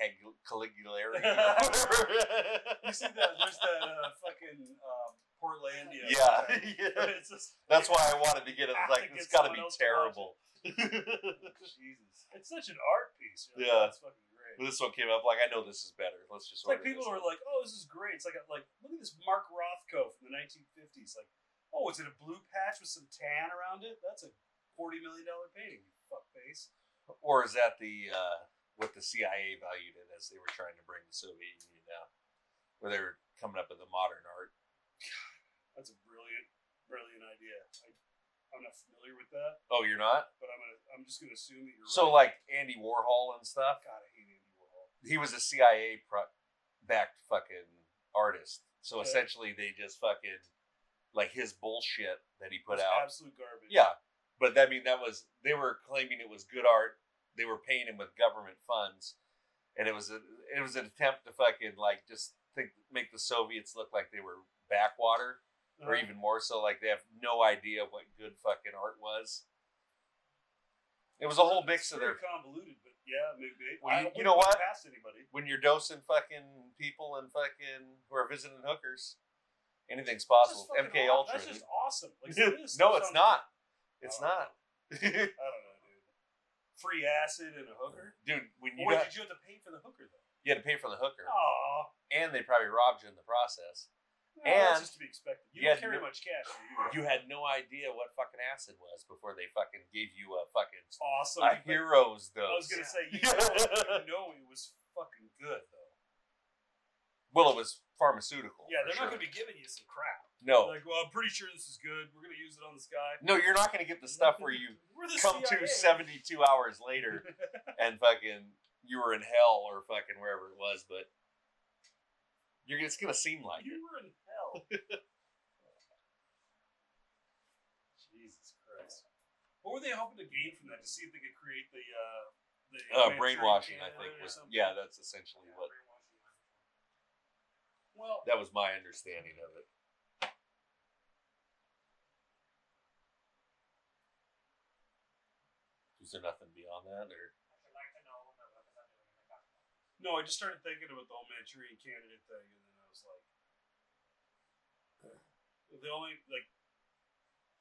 Speaker 3: Caligulari.
Speaker 2: You see that? There's that uh, fucking uh, Portlandia.
Speaker 3: yeah, yeah.
Speaker 2: it's just,
Speaker 3: That's why I wanted to get it. I was
Speaker 2: I
Speaker 3: Like,
Speaker 2: think
Speaker 3: it's
Speaker 2: it's
Speaker 3: got to be
Speaker 2: someone else to watch
Speaker 3: terrible.
Speaker 2: Jesus. It's such an art piece. you know?
Speaker 3: Yeah.
Speaker 2: It's fucking great.
Speaker 3: This one came up like, I know this is better. Let's just.
Speaker 2: It's like
Speaker 3: order
Speaker 2: people
Speaker 3: this
Speaker 2: are
Speaker 3: one.
Speaker 2: like, oh, this is great. It's like, like look at this Mark Rothko from the 1950s. Like, oh, is it a blue patch with some tan around it? That's a $40 million painting, you fuckface.
Speaker 3: or is that the uh, what the CIA valued it as they were trying to bring the Soviet Union down, where they were coming up with the modern art?
Speaker 2: That's a brilliant, brilliant idea. I, I'm not familiar with that,
Speaker 3: Oh, you're not.
Speaker 2: but I'm gonna, I'm just gonna assume that you're
Speaker 3: So
Speaker 2: right.
Speaker 3: like Andy Warhol and stuff.
Speaker 2: God, I hate Andy Warhol.
Speaker 3: He was a CIA pro- backed fucking artist. So
Speaker 2: Okay.
Speaker 3: essentially, they just fucking like his bullshit that he put
Speaker 2: It's
Speaker 3: out.
Speaker 2: absolute garbage.
Speaker 3: Yeah, but I mean that was they were claiming it was good art. They were paying him with government funds, and it was a it was an attempt to fucking like just think make the Soviets look like they were backwater, or
Speaker 2: Uh,
Speaker 3: even more so like they have no idea what good fucking art was. It was a whole mix
Speaker 2: it's
Speaker 3: of
Speaker 2: very
Speaker 3: their
Speaker 2: convoluted, but yeah, maybe.
Speaker 3: Well, you-
Speaker 2: I
Speaker 3: you
Speaker 2: wouldn't
Speaker 3: know
Speaker 2: put it
Speaker 3: what?
Speaker 2: Past anybody.
Speaker 3: when you're dosing fucking people and fucking who are visiting hookers. Anything's possible.
Speaker 2: That's just
Speaker 3: MK
Speaker 2: fucking aw-
Speaker 3: Ultra.
Speaker 2: That's just awesome. Like, some of this
Speaker 3: no,
Speaker 2: stuff
Speaker 3: it's
Speaker 2: sounds-
Speaker 3: not. It's
Speaker 2: I don't
Speaker 3: not.
Speaker 2: know. I don't know, dude. Free acid and a hooker.
Speaker 3: Dude, when you
Speaker 2: Wait,
Speaker 3: got,
Speaker 2: did you have to pay for the hooker though?
Speaker 3: you had to pay for the hooker,
Speaker 2: Aw.
Speaker 3: and they probably robbed you in the process.
Speaker 2: No, that's
Speaker 3: And-
Speaker 2: just to be expected. You
Speaker 3: you
Speaker 2: don't
Speaker 3: had
Speaker 2: carry
Speaker 3: no-
Speaker 2: much cash. do
Speaker 3: You had no idea what fucking acid was before they fucking gave you a fucking
Speaker 2: awesome.
Speaker 3: a
Speaker 2: but
Speaker 3: hero's dose.
Speaker 2: I was gonna say you
Speaker 3: Yeah.
Speaker 2: know, you know it was fucking good though.
Speaker 3: well, it was pharmaceutical. Oh, for
Speaker 2: Yeah, they're
Speaker 3: sure. Oh.
Speaker 2: not gonna be giving you some crap.
Speaker 3: No,
Speaker 2: Like, well, I'm pretty sure this is good. We're gonna use it on this guy.
Speaker 3: no, you're not gonna get the stuff where you
Speaker 2: We're the
Speaker 3: come to
Speaker 2: CIA.
Speaker 3: 72 hours later and fucking you were in hell or fucking wherever it was, but you're it's gonna seem like it.
Speaker 2: You were in hell. Jesus Christ. What were they hoping to gain from that? To see if they could create the uh, the
Speaker 3: Uh,
Speaker 2: Eggman
Speaker 3: brainwashing,
Speaker 2: tree
Speaker 3: I think,
Speaker 2: candidate or
Speaker 3: was
Speaker 2: something?
Speaker 3: yeah, that's essentially what
Speaker 2: Well,
Speaker 3: that was my understanding of it. Is there nothing beyond that, or
Speaker 2: no, I just started thinking about the whole Manchurian candidate thing, and then I was like, the only like,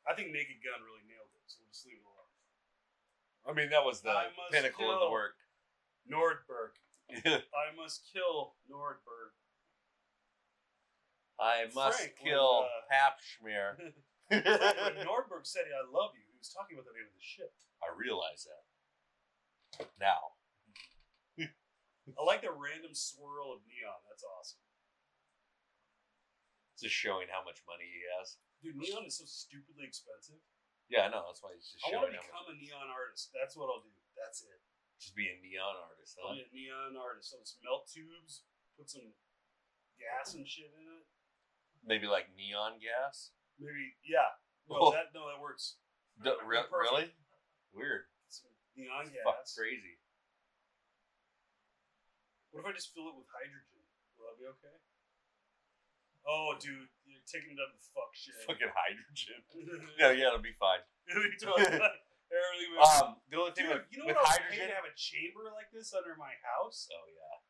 Speaker 2: I think Naked Gun really nailed it, so we'll just leave it alone.
Speaker 3: I mean, that was the
Speaker 2: I must
Speaker 3: pinnacle of the
Speaker 2: kill.
Speaker 3: work.
Speaker 2: Nordberg, I must kill Nordberg.
Speaker 3: I must
Speaker 2: Frank would,
Speaker 3: kill
Speaker 2: uh,
Speaker 3: Pap Schmear.
Speaker 2: Frank,
Speaker 3: I
Speaker 2: when Nordberg said, "I love you," he was talking about the name of the ship.
Speaker 3: realize that now.
Speaker 2: I like the random swirl of neon. That's awesome.
Speaker 3: Just showing how much money he has.
Speaker 2: Dude, neon is so stupidly expensive.
Speaker 3: Yeah, I know. That's why he's just
Speaker 2: I
Speaker 3: showing
Speaker 2: want to
Speaker 3: how much.
Speaker 2: become a neon artist. That's what I'll do. That's it.
Speaker 3: Just be a neon artist,
Speaker 2: I'll
Speaker 3: huh?
Speaker 2: be a neon artist. I'll just melt tubes, put some gas and shit in it.
Speaker 3: Maybe like neon gas.
Speaker 2: Maybe, yeah.
Speaker 3: Oh.
Speaker 2: No, that no, that works.
Speaker 3: D- re-
Speaker 2: Perfect.
Speaker 3: really? Weird.
Speaker 2: Some neon
Speaker 3: Fuck,
Speaker 2: gas.
Speaker 3: crazy.
Speaker 2: What if I just fill it with hydrogen? Will that be okay? Oh, dude, you're taking down the fuck shit.
Speaker 3: Fucking hydrogen.
Speaker 2: yeah.
Speaker 3: No, yeah, it'll be fine.
Speaker 2: Early
Speaker 3: Um, the only thing
Speaker 2: Dude,
Speaker 3: with,
Speaker 2: you know
Speaker 3: with
Speaker 2: what? I would pay
Speaker 3: hydrogen.
Speaker 2: to have a chamber like this under my house.
Speaker 3: Oh yeah.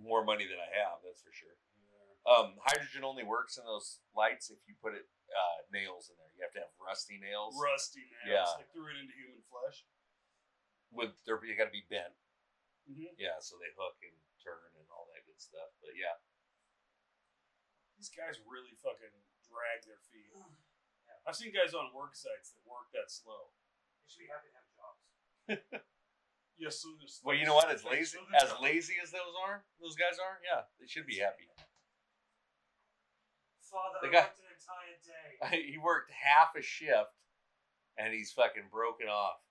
Speaker 3: More money than I have, that's for sure. Um, hydrogen only works in those lights if you put it uh, nails in there. You have to have rusty nails.
Speaker 2: Rusty
Speaker 3: Yeah.
Speaker 2: nails. They threw it into human flesh.
Speaker 3: With they're you got to be bent.
Speaker 2: Mhm.
Speaker 3: Yeah, so they hook and turn and all that good stuff. But yeah,
Speaker 2: These guys really fucking drag their feet. I've seen guys on work sites that work that slow.
Speaker 4: They should be happy to have jobs.
Speaker 2: Yes, so there's-
Speaker 3: well, you know what? As
Speaker 2: there's-
Speaker 3: lazy
Speaker 2: so
Speaker 3: as
Speaker 2: there's-
Speaker 3: lazy as those are, those guys are. Yeah, they should be happy.
Speaker 4: Father,
Speaker 3: The
Speaker 4: I
Speaker 3: guy-
Speaker 4: worked an entire day.
Speaker 3: he worked half a shift, and he's fucking broken off.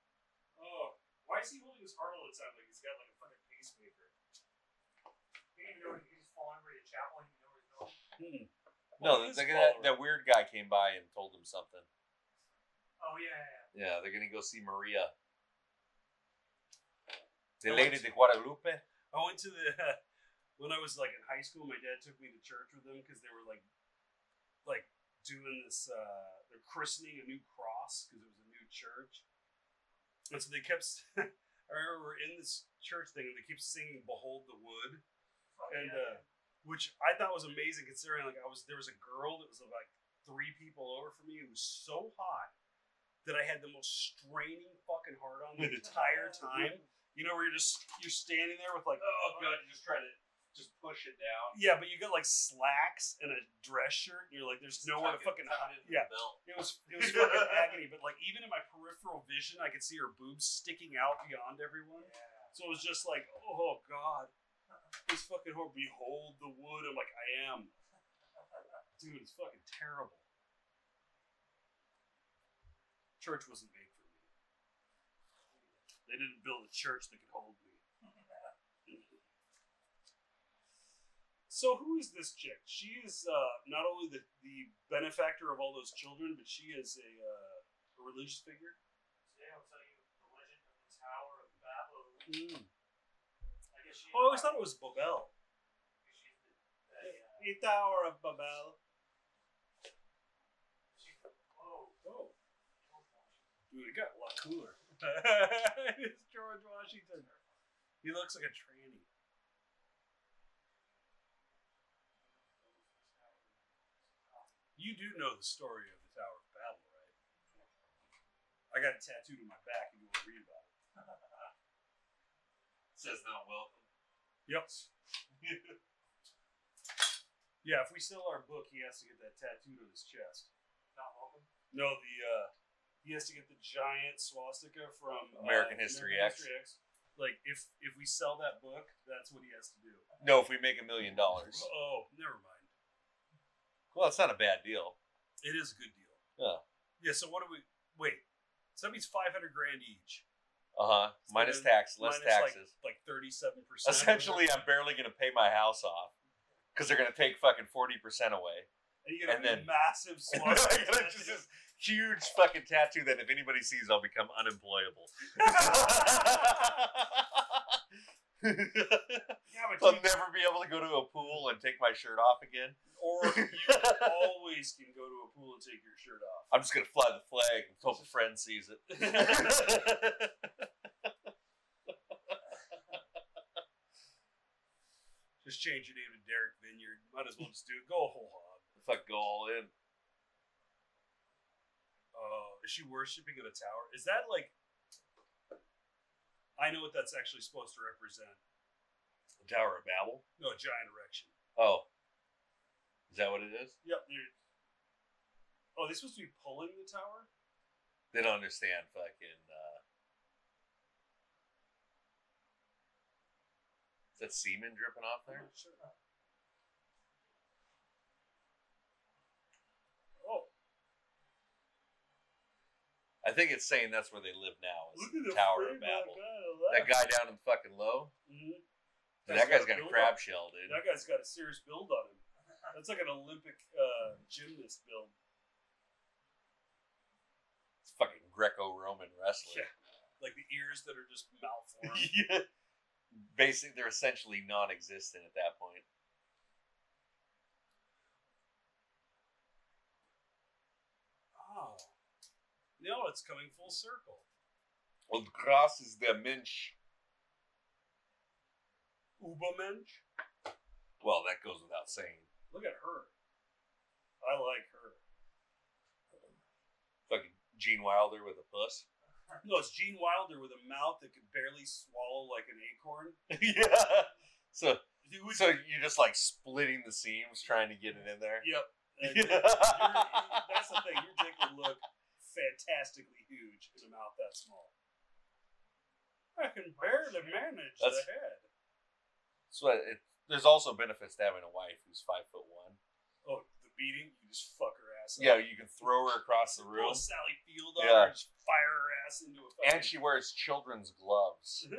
Speaker 4: Oh, why is he holding his heart all the time like he's got like a fucking pacemaker? He didn't even know he just fall over to the chapel and he didn't know where he's going.
Speaker 2: Hmm.
Speaker 3: No,
Speaker 2: Well,
Speaker 3: that,
Speaker 2: his
Speaker 3: that,
Speaker 2: follower-
Speaker 3: that weird guy came by and told him something.
Speaker 4: Oh yeah, yeah, yeah.
Speaker 3: Yeah, they're gonna go see Maria. The
Speaker 2: I
Speaker 3: Lady
Speaker 2: went-
Speaker 3: de Guadalupe.
Speaker 2: I went to the when I was like in high school. My dad took me to church with him because they were like like doing this. Uh, they're christening a new cross because it was a new church, and so they kept. s- I remember we're in this church thing, and they keep singing "Behold the Wood,"
Speaker 4: Oh,
Speaker 2: and
Speaker 4: yeah,
Speaker 2: uh, which I thought was amazing considering like I was there was a girl that was like three people over from me who was so hot that I had the most straining fucking heart on the entire time. You know where you're just you're standing there with like
Speaker 4: Oh, God,
Speaker 2: you're just trying to
Speaker 3: Just push it down.
Speaker 2: yeah, but you got like slacks and a dress shirt, and you're like, there's nowhere to fucking hide. Yeah, it was it was fucking agony. But like even in my peripheral vision, I could see her boobs sticking out beyond everyone.
Speaker 4: yeah.
Speaker 2: So it was just like, oh god, this fucking whore, behold the wood. I'm like, I am, dude. It's fucking terrible. Church wasn't made for me. They didn't build a church that could hold me. So who is this chick? She is uh, not only the, the benefactor of all those children, but she is a, uh, a religious figure.
Speaker 4: Today I'll tell you the legend of the Tower of Babel. I guess she.
Speaker 2: Oh, I always thought it was Bobel.
Speaker 4: she's the, the, uh,
Speaker 2: The Tower of Babel.
Speaker 4: she's the, oh,
Speaker 2: Oh, dude, it got a lot cooler. it's George Washington. He looks like a tranny. You do know the story of the Tower of Babel, right? I got it tattooed on my back, if you want to read about it.
Speaker 3: Says not welcome.
Speaker 2: Yep. yeah, if we sell our book, he has to get that tattooed on his chest.
Speaker 4: not welcome.
Speaker 2: No, the uh, he has to get the giant swastika from uh,
Speaker 3: American History X.
Speaker 2: X. Like if if we sell that book, that's what he has to do.
Speaker 3: No, if we make a million dollars,
Speaker 2: Oh, never mind.
Speaker 3: well, it's not a bad deal.
Speaker 2: It is a good deal.
Speaker 3: Yeah.
Speaker 2: Yeah. So what do we? Wait. So that means five hundred grand each,
Speaker 3: Uh huh. Minus
Speaker 2: then
Speaker 3: tax, less
Speaker 2: minus, like,
Speaker 3: taxes.
Speaker 2: like thirty-seven percent.
Speaker 3: Essentially, I'm barely gonna pay my house off because they're gonna take fucking forty percent away.
Speaker 2: and you get a
Speaker 3: and then-
Speaker 2: massive
Speaker 3: And then I
Speaker 2: swastika.
Speaker 3: get just this huge fucking tattoo that if anybody sees, I'll become unemployable.
Speaker 2: yeah, but
Speaker 3: I'll
Speaker 2: you,
Speaker 3: never be able to go to a pool and take my shirt off again.
Speaker 2: or you always can go to a pool and take your shirt off.
Speaker 3: I'm just gonna fly the flag and hope a friend sees it.
Speaker 2: Just change your name to Derek Vineyard. Might as well just do it. Go whole hog.
Speaker 3: Fuck, go all in.
Speaker 2: Oh, is she worshiping at a tower? Is that like? I know what that's actually supposed to represent.
Speaker 3: The Tower of Babel.
Speaker 2: No, a giant erection.
Speaker 3: Oh, is that what it is?
Speaker 2: Yep. they're- Oh, they're supposed to be pulling the tower.
Speaker 3: They don't understand fucking. Uh, that semen dripping off there?
Speaker 4: Sure.
Speaker 2: Oh,
Speaker 3: I think it's saying that's where they live now. Is
Speaker 2: look at the
Speaker 3: Tower
Speaker 2: frame
Speaker 3: of Babel.
Speaker 2: That
Speaker 3: That guy down in fucking low.
Speaker 2: Mhm.
Speaker 3: Dude, that guy's got
Speaker 2: got
Speaker 3: a
Speaker 2: build
Speaker 3: crab
Speaker 2: on-
Speaker 3: shell, dude.
Speaker 2: That guy's got a serious build on him. That's like an Olympic uh, gymnast build.
Speaker 3: It's fucking Greco-Roman wrestler.
Speaker 2: Like the ears that are just malformed.
Speaker 3: Yeah. Basically, they're essentially non-existent at that point.
Speaker 2: oh. No, it's coming full circle.
Speaker 3: Und krass ist der Mensch.
Speaker 2: Ubermensch.
Speaker 3: Well, that goes without saying.
Speaker 2: Look at her. I like her.
Speaker 3: Fucking Gene Wilder with a puss.
Speaker 2: No, it's Gene Wilder with a mouth that could barely swallow like an acorn.
Speaker 3: yeah. So,
Speaker 2: Dude, would-
Speaker 3: so you're just like splitting the seams, trying to get it in there.
Speaker 2: Yep. And
Speaker 3: Yeah.
Speaker 2: your- your- that's the thing. Your dick would look fantastically huge in a mouth that small. I can barely manage
Speaker 3: That's-
Speaker 2: the head.
Speaker 3: So uh, it, there's also benefits to having a wife who's five foot one.
Speaker 2: Oh, the beating? You just fuck her ass
Speaker 3: Yeah,
Speaker 2: up.
Speaker 3: you can throw her across the
Speaker 2: Pull
Speaker 3: room,
Speaker 2: a Sally Field on
Speaker 3: Yeah.
Speaker 2: her, just fire her ass into a fucking...
Speaker 3: and she wears children's gloves.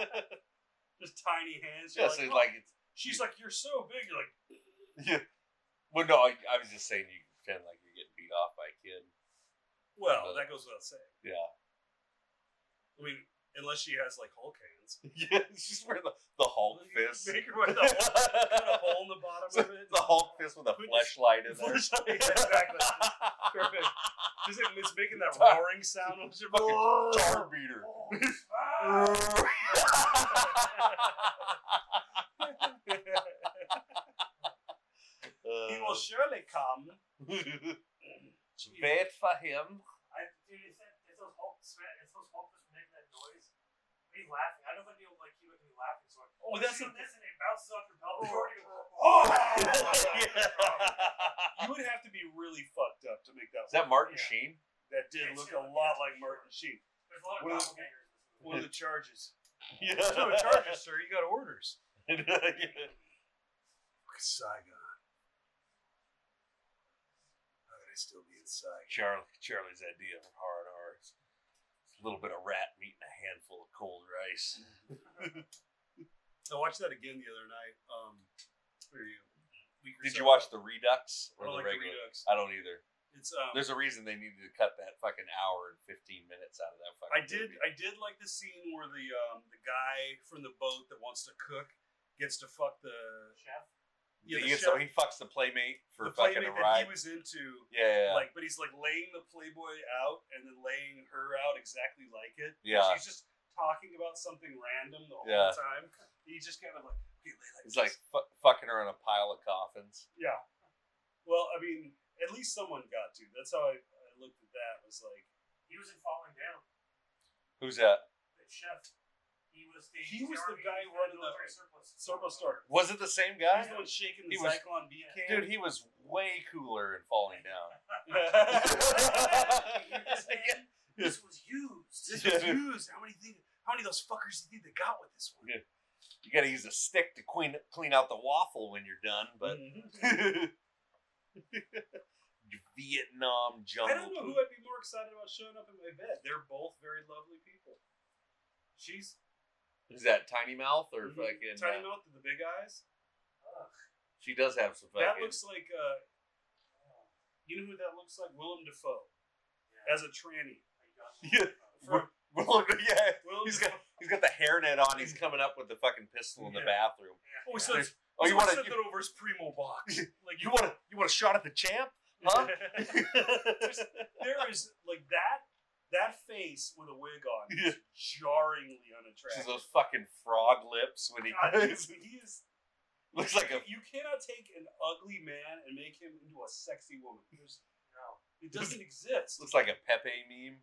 Speaker 2: just tiny hands. You're
Speaker 3: Just
Speaker 2: like,
Speaker 3: it's
Speaker 2: "Oh."
Speaker 3: like it's.
Speaker 2: She's like, you're so big. You're like,
Speaker 3: Well, no, I, I was just saying you can pretend like you're getting beat off by a kid.
Speaker 2: well,
Speaker 3: But-
Speaker 2: that goes without saying.
Speaker 3: Yeah.
Speaker 2: I mean, unless she has like Hulk hands.
Speaker 3: Yeah, she's wearing the, the Hulk
Speaker 2: You
Speaker 3: fist.
Speaker 2: Make her with a, Hulk- cut a
Speaker 3: the
Speaker 2: hole in the bottom of it.
Speaker 3: Hulk fist with a
Speaker 2: Put your-
Speaker 3: flashlight in there.
Speaker 2: Fleshlight, exactly. Perfect. Just it- it's making that roaring sound. It's just fucking-
Speaker 3: Tar beater.
Speaker 2: he will surely come.
Speaker 3: Bad for him.
Speaker 4: I, dude, it's, that, it's those Hulk, sma- it's those Hulk that's making that noise. He's laughing. I don't know if I knew like he would be laughing. So like,
Speaker 2: Oh, that's
Speaker 4: you
Speaker 2: a-
Speaker 4: do this, and it bounces off your pelvic cord. and you go, Oh!
Speaker 2: You would have to be really fucked up to make that.
Speaker 3: Is that
Speaker 2: work.
Speaker 3: Martin
Speaker 4: Yeah.
Speaker 3: Sheen?
Speaker 2: That did look a lot like Martin Sheen.
Speaker 4: There's a lot of
Speaker 2: Well-
Speaker 4: doppelgangers.
Speaker 2: What are the charges?
Speaker 3: Yeah.
Speaker 2: There's no charges, sir. You got orders. Saigon. How could I still be in Saigon?
Speaker 3: Charlie, Charlie's idea of hard art. A little bit of rat meat and a handful of cold rice.
Speaker 2: Mm-hmm. I watched that again the other night. Um, where are you? Week or
Speaker 3: Did
Speaker 2: so
Speaker 3: you watch the Redux
Speaker 2: I
Speaker 3: or
Speaker 2: don't
Speaker 3: the
Speaker 2: like
Speaker 3: regular?
Speaker 2: the Redux.
Speaker 3: I don't either.
Speaker 2: It's um,
Speaker 3: There's a reason they needed to cut that fucking hour and 15 minutes out of that fucking
Speaker 2: I did. uh, I did like the scene where the um, the guy from the boat that wants to cook gets to fuck the
Speaker 4: Chef.
Speaker 2: yeah,
Speaker 3: yeah,
Speaker 2: the
Speaker 3: he, gets- so
Speaker 2: chef-
Speaker 3: he fucks the playmate for
Speaker 2: the
Speaker 3: fucking
Speaker 2: playmate
Speaker 3: a
Speaker 2: that he
Speaker 3: ride.
Speaker 2: was into.
Speaker 3: yeah, yeah,
Speaker 2: Like, but he's like laying the Playboy out and then laying her out exactly like it.
Speaker 3: Yeah.
Speaker 2: she's just talking about something random the whole
Speaker 3: Yeah.
Speaker 2: time. He just kind of like okay, lay like
Speaker 3: He's
Speaker 2: this.
Speaker 3: like fu- fucking her on a pile of coffins.
Speaker 2: yeah. Well, I mean, at least someone got to. That's how I, I looked at that. Was like
Speaker 4: He was in Falling Down.
Speaker 3: Who's that?
Speaker 4: The chef. He was the.
Speaker 2: He was the
Speaker 4: army-
Speaker 2: guy running the-
Speaker 4: military surplus.
Speaker 2: Surplus Store.
Speaker 3: Was it the same guy?
Speaker 2: he's the one shaking the
Speaker 3: He was-
Speaker 2: Zyklon B
Speaker 3: Dude,
Speaker 2: can.
Speaker 3: he was way cooler and falling down.
Speaker 4: This man, This was used.
Speaker 2: This was used. How many things? How many of those fuckers do you think they got with this one?
Speaker 3: Yeah, You gotta use a stick to clean clean out the waffle when you're done, but
Speaker 2: Mhm.
Speaker 3: Vietnam jungle.
Speaker 2: I don't know who I'd be more excited about showing up in my bed. They're both very lovely people. She's
Speaker 3: Is that Tiny Mouth or
Speaker 2: mhm,
Speaker 3: fucking?
Speaker 2: tiny
Speaker 3: uh,
Speaker 2: mouth with the big eyes.
Speaker 3: she does have some fucking.
Speaker 2: That looks like uh, you know who that looks like? Willem Dafoe as a tranny.
Speaker 3: Yeah.
Speaker 2: From-
Speaker 3: Well, yeah,
Speaker 2: Willem
Speaker 3: He's
Speaker 2: Dafoe-
Speaker 3: he's got the hairnet on. He's coming up with the fucking pistol in the
Speaker 2: Yeah.
Speaker 3: bathroom.
Speaker 2: Oh, he said,
Speaker 3: Oh, you want to?
Speaker 2: that over his primo box? Like
Speaker 3: You want to? You want a shot at the champ? Huh?
Speaker 2: there is like that that face with a wig on
Speaker 3: Yeah.
Speaker 2: is jarringly
Speaker 3: She's
Speaker 2: unattractive.
Speaker 3: those fucking frog lips when he
Speaker 2: God, he is- he is
Speaker 3: looks like a.
Speaker 2: you cannot take an ugly man and make him into a sexy woman. There's,
Speaker 4: No.
Speaker 2: it doesn't exist.
Speaker 3: Looks like a Pepe meme.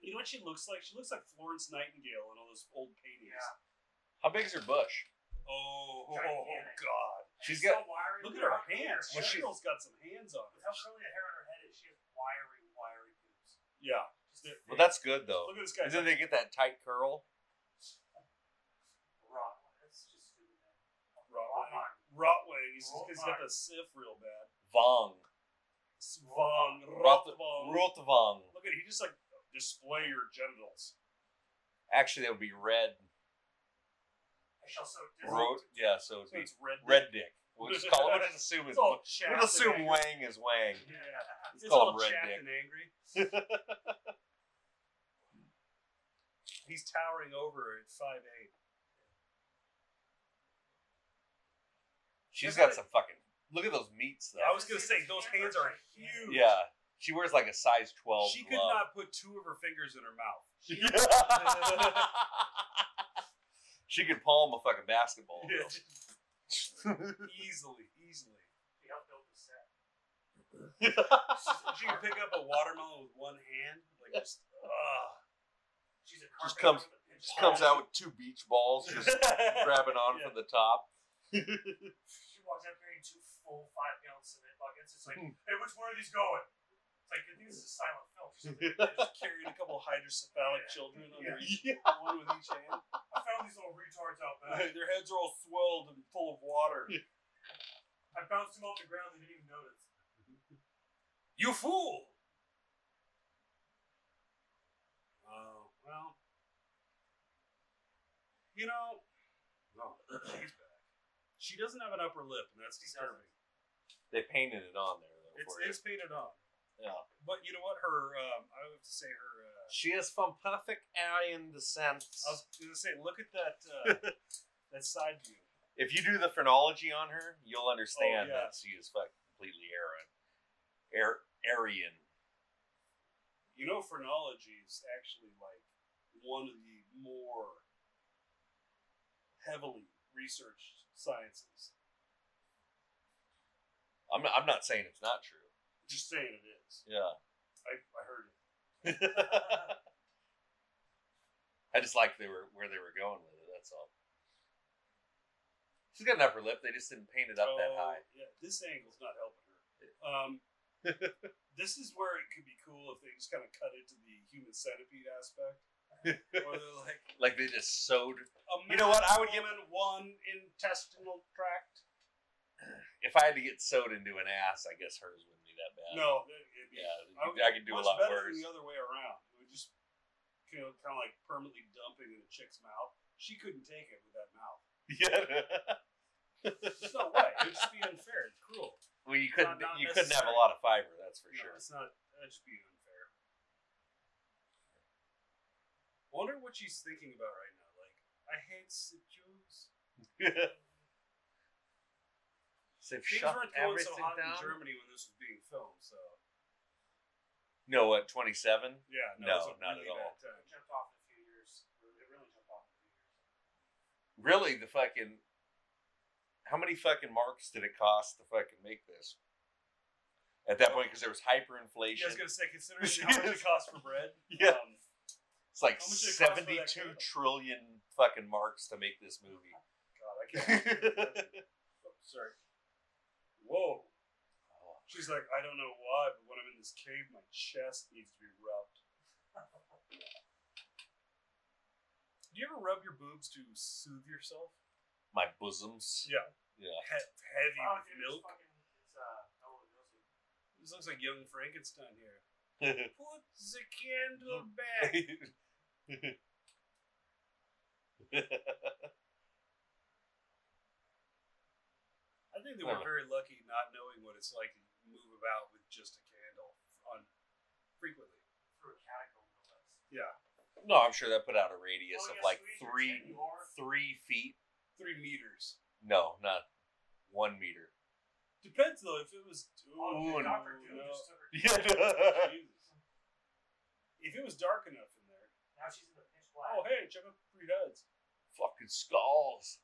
Speaker 2: you know what she looks like? She looks like Florence Nightingale in all those old paintings.
Speaker 4: Yeah.
Speaker 3: How big's her bush?
Speaker 2: Oh, oh,
Speaker 4: Gigantic.
Speaker 2: God!
Speaker 3: She's
Speaker 4: She's
Speaker 3: got.
Speaker 4: so wiry.
Speaker 2: Look at her hands.
Speaker 3: Well, she-
Speaker 2: She has got some hands on
Speaker 4: With
Speaker 2: her.
Speaker 4: how curly the hair on her head is, she has wiry, wiry boobs.
Speaker 2: Yeah.
Speaker 4: Just
Speaker 2: They're-
Speaker 4: thick,
Speaker 3: Well, that's good though.
Speaker 2: Look at this guy.
Speaker 3: And then they get that tight curl.
Speaker 4: Rottweiler. That's just stupid. man.
Speaker 2: Rottweiler. Rottweiler. He's, he's got
Speaker 4: Rottweiler.
Speaker 2: the sniff real bad.
Speaker 3: Vong. Roth-
Speaker 2: Von Rottweiler.
Speaker 3: Rotvong.
Speaker 2: Look at it. He just like display your genitals.
Speaker 3: Actually, that would be red.
Speaker 4: I shall so
Speaker 3: Ro- yeah, so it'd
Speaker 2: So
Speaker 3: be
Speaker 2: it's red.
Speaker 3: red dick. We'll just call it. We'll just assume
Speaker 2: It's
Speaker 3: it's.
Speaker 2: all
Speaker 3: We'll
Speaker 2: chapped.
Speaker 3: assume
Speaker 2: and
Speaker 3: Wang is Wang.
Speaker 4: Yeah.
Speaker 2: angry. It's
Speaker 3: call
Speaker 2: all
Speaker 3: him red
Speaker 2: chapped
Speaker 3: dick.
Speaker 2: and angry. He's towering over her at five eight.
Speaker 3: She's got some fucking. Look at those meats though.
Speaker 2: I was gonna say those hands are huge.
Speaker 3: Yeah, she wears like a size twelve.
Speaker 2: She could
Speaker 3: glove.
Speaker 2: not put two of her fingers in her mouth.
Speaker 3: she could palm a fucking basketball.
Speaker 2: easily, easily.
Speaker 4: They outbuilt the set.
Speaker 2: She could pick up a watermelon with one hand, like just. ugh.
Speaker 4: She's a
Speaker 3: Just
Speaker 4: carpet
Speaker 3: comes-
Speaker 4: with a
Speaker 3: Just comes out with two beach balls, just grabbing on from the top.
Speaker 4: She walks out carrying two full five gallon cement buckets. It's like, hey, which one are these going? It's like, I think this is a silent film. She's like,
Speaker 2: Just carrying a couple hydrocephalic children under each one with each hand.
Speaker 4: I found these little retards out back.
Speaker 2: Their heads are all swelled and full of water.
Speaker 4: I bounced them off the ground. They didn't even notice.
Speaker 2: You fool! Oh, well. You know. No, she's back. She doesn't have an upper lip, and that's
Speaker 4: She
Speaker 2: disturbing.
Speaker 3: They painted it on there though.
Speaker 2: It's,
Speaker 3: for you.
Speaker 2: it's painted on.
Speaker 3: Yeah.
Speaker 2: But you know what? Her, um, I would have to say her. Uh,
Speaker 3: She is from perfect Aryan descent.
Speaker 2: I was going to say, look at that uh, that side view.
Speaker 3: If you do the phonology on her, you'll understand
Speaker 2: Oh, yeah.
Speaker 3: that she is fucking completely Aryan. Air, Aryan.
Speaker 2: You know, phrenology is actually like one of the more heavily researched sciences.
Speaker 3: I'm not, I'm not saying it's not true.
Speaker 2: Just saying it is.
Speaker 3: Yeah.
Speaker 2: I, I heard it.
Speaker 3: I just like they were where they were going with it. That's all. She's got an upper lip. They just didn't paint it up that
Speaker 2: Oh,
Speaker 3: high.
Speaker 2: Yeah, this angle's not helping her. Um, this is where it could be cool if they just kind of cut it to the human centipede aspect. Where they're like,
Speaker 3: Like they just sewed.
Speaker 2: a
Speaker 3: You know what?
Speaker 2: man,
Speaker 3: I would give-
Speaker 2: woman, one intestinal tract.
Speaker 3: If I had to get sewed into an ass, I guess hers wouldn't be that bad.
Speaker 2: No, it'd be
Speaker 3: Yeah, I could- I could do a
Speaker 2: much
Speaker 3: lot
Speaker 2: better
Speaker 3: worse.
Speaker 2: than the other way around. It would just you know, kind of like permanently dumping in a chick's mouth. She couldn't take it with that mouth.
Speaker 3: Yeah.
Speaker 2: There's no way. It would just be unfair. It's cruel.
Speaker 3: well, you couldn't.
Speaker 2: Not- not
Speaker 3: you couldn't have
Speaker 2: necessary.
Speaker 3: a lot of fiber. That's for
Speaker 2: No,
Speaker 3: sure.
Speaker 2: it's not. That'd just be unfair. Wonder what she's thinking about right now. Like, I hate the Jews.
Speaker 3: So
Speaker 2: Things
Speaker 3: shut
Speaker 2: weren't going so
Speaker 3: everything
Speaker 2: hot
Speaker 3: down.
Speaker 2: in Germany when this was being filmed. So
Speaker 3: No, what twenty seven?
Speaker 2: yeah,
Speaker 3: No,
Speaker 2: it was a
Speaker 3: not
Speaker 2: really
Speaker 3: at all.
Speaker 2: bad time.
Speaker 4: It jumped off in a few years. It really jumped off in a few years.
Speaker 3: Really, the fucking. How many fucking marks did it cost to fucking make this? At that point, because there was hyperinflation.
Speaker 2: Yeah, I was gonna say, considering how much it costs for bread,
Speaker 3: Yeah.
Speaker 2: um,
Speaker 3: It's like
Speaker 2: How much did it cost for
Speaker 3: 72
Speaker 2: that candle?
Speaker 3: trillion fucking marks to make this movie.
Speaker 2: God, I can't. Oh, Sorry. Whoa. She's like, I don't know why, but when I'm in this cave, my chest needs to be rubbed. Do you ever rub your boobs to soothe yourself?
Speaker 3: My bosoms.
Speaker 2: Yeah.
Speaker 3: Yeah.
Speaker 2: He- heavy
Speaker 4: Wow,
Speaker 2: with
Speaker 4: Oh, dude,
Speaker 2: milk.
Speaker 4: It's fucking, it's, uh, no one knows it.
Speaker 2: This looks like young Frankenstein here. Put the candle back. I think they were very lucky not knowing what it's like to move about with just a candle on frequently.
Speaker 4: Through a catacomb, no less.
Speaker 2: Yeah.
Speaker 3: no, I'm sure that put out a radius
Speaker 4: Oh,
Speaker 3: of
Speaker 4: yeah,
Speaker 3: like
Speaker 4: sweet, you're
Speaker 3: three
Speaker 4: ten, you are.
Speaker 3: three feet.
Speaker 2: Three meters.
Speaker 3: No, not one meter.
Speaker 2: Depends though if it was Ooh,
Speaker 4: Oh, dude,
Speaker 2: no,
Speaker 4: Dr. Doom
Speaker 2: no.
Speaker 4: just took her.
Speaker 2: Jesus. If it was dark enough in there.
Speaker 4: Now she's in the pitch black.
Speaker 2: Oh hey, check out the three heads.
Speaker 3: fucking skulls.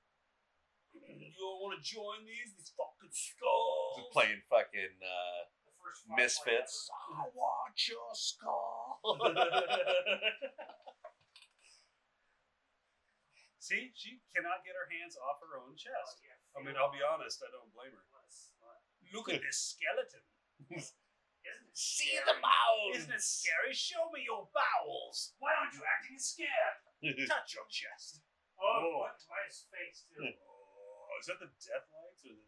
Speaker 2: You don't want to join these? These fucking
Speaker 3: Just
Speaker 2: skulls.
Speaker 3: playing fucking uh,
Speaker 4: the first flashlight
Speaker 3: misfits. I
Speaker 4: ever.
Speaker 3: want your skull.
Speaker 2: See, she cannot get her hands off her own
Speaker 4: Oh,
Speaker 2: chest.
Speaker 4: yeah,
Speaker 2: I mean, I'll be honest, I don't blame her.
Speaker 4: What a slut.
Speaker 2: Look at this skeleton.
Speaker 4: Isn't it
Speaker 5: See the
Speaker 4: scary?
Speaker 5: bowels.
Speaker 4: Isn't it scary? Show me your bowels. Why aren't you acting scared?
Speaker 5: Touch your chest.
Speaker 2: Oh.
Speaker 4: Oh, what? Why his face too?
Speaker 2: Oh, is that the death lights or the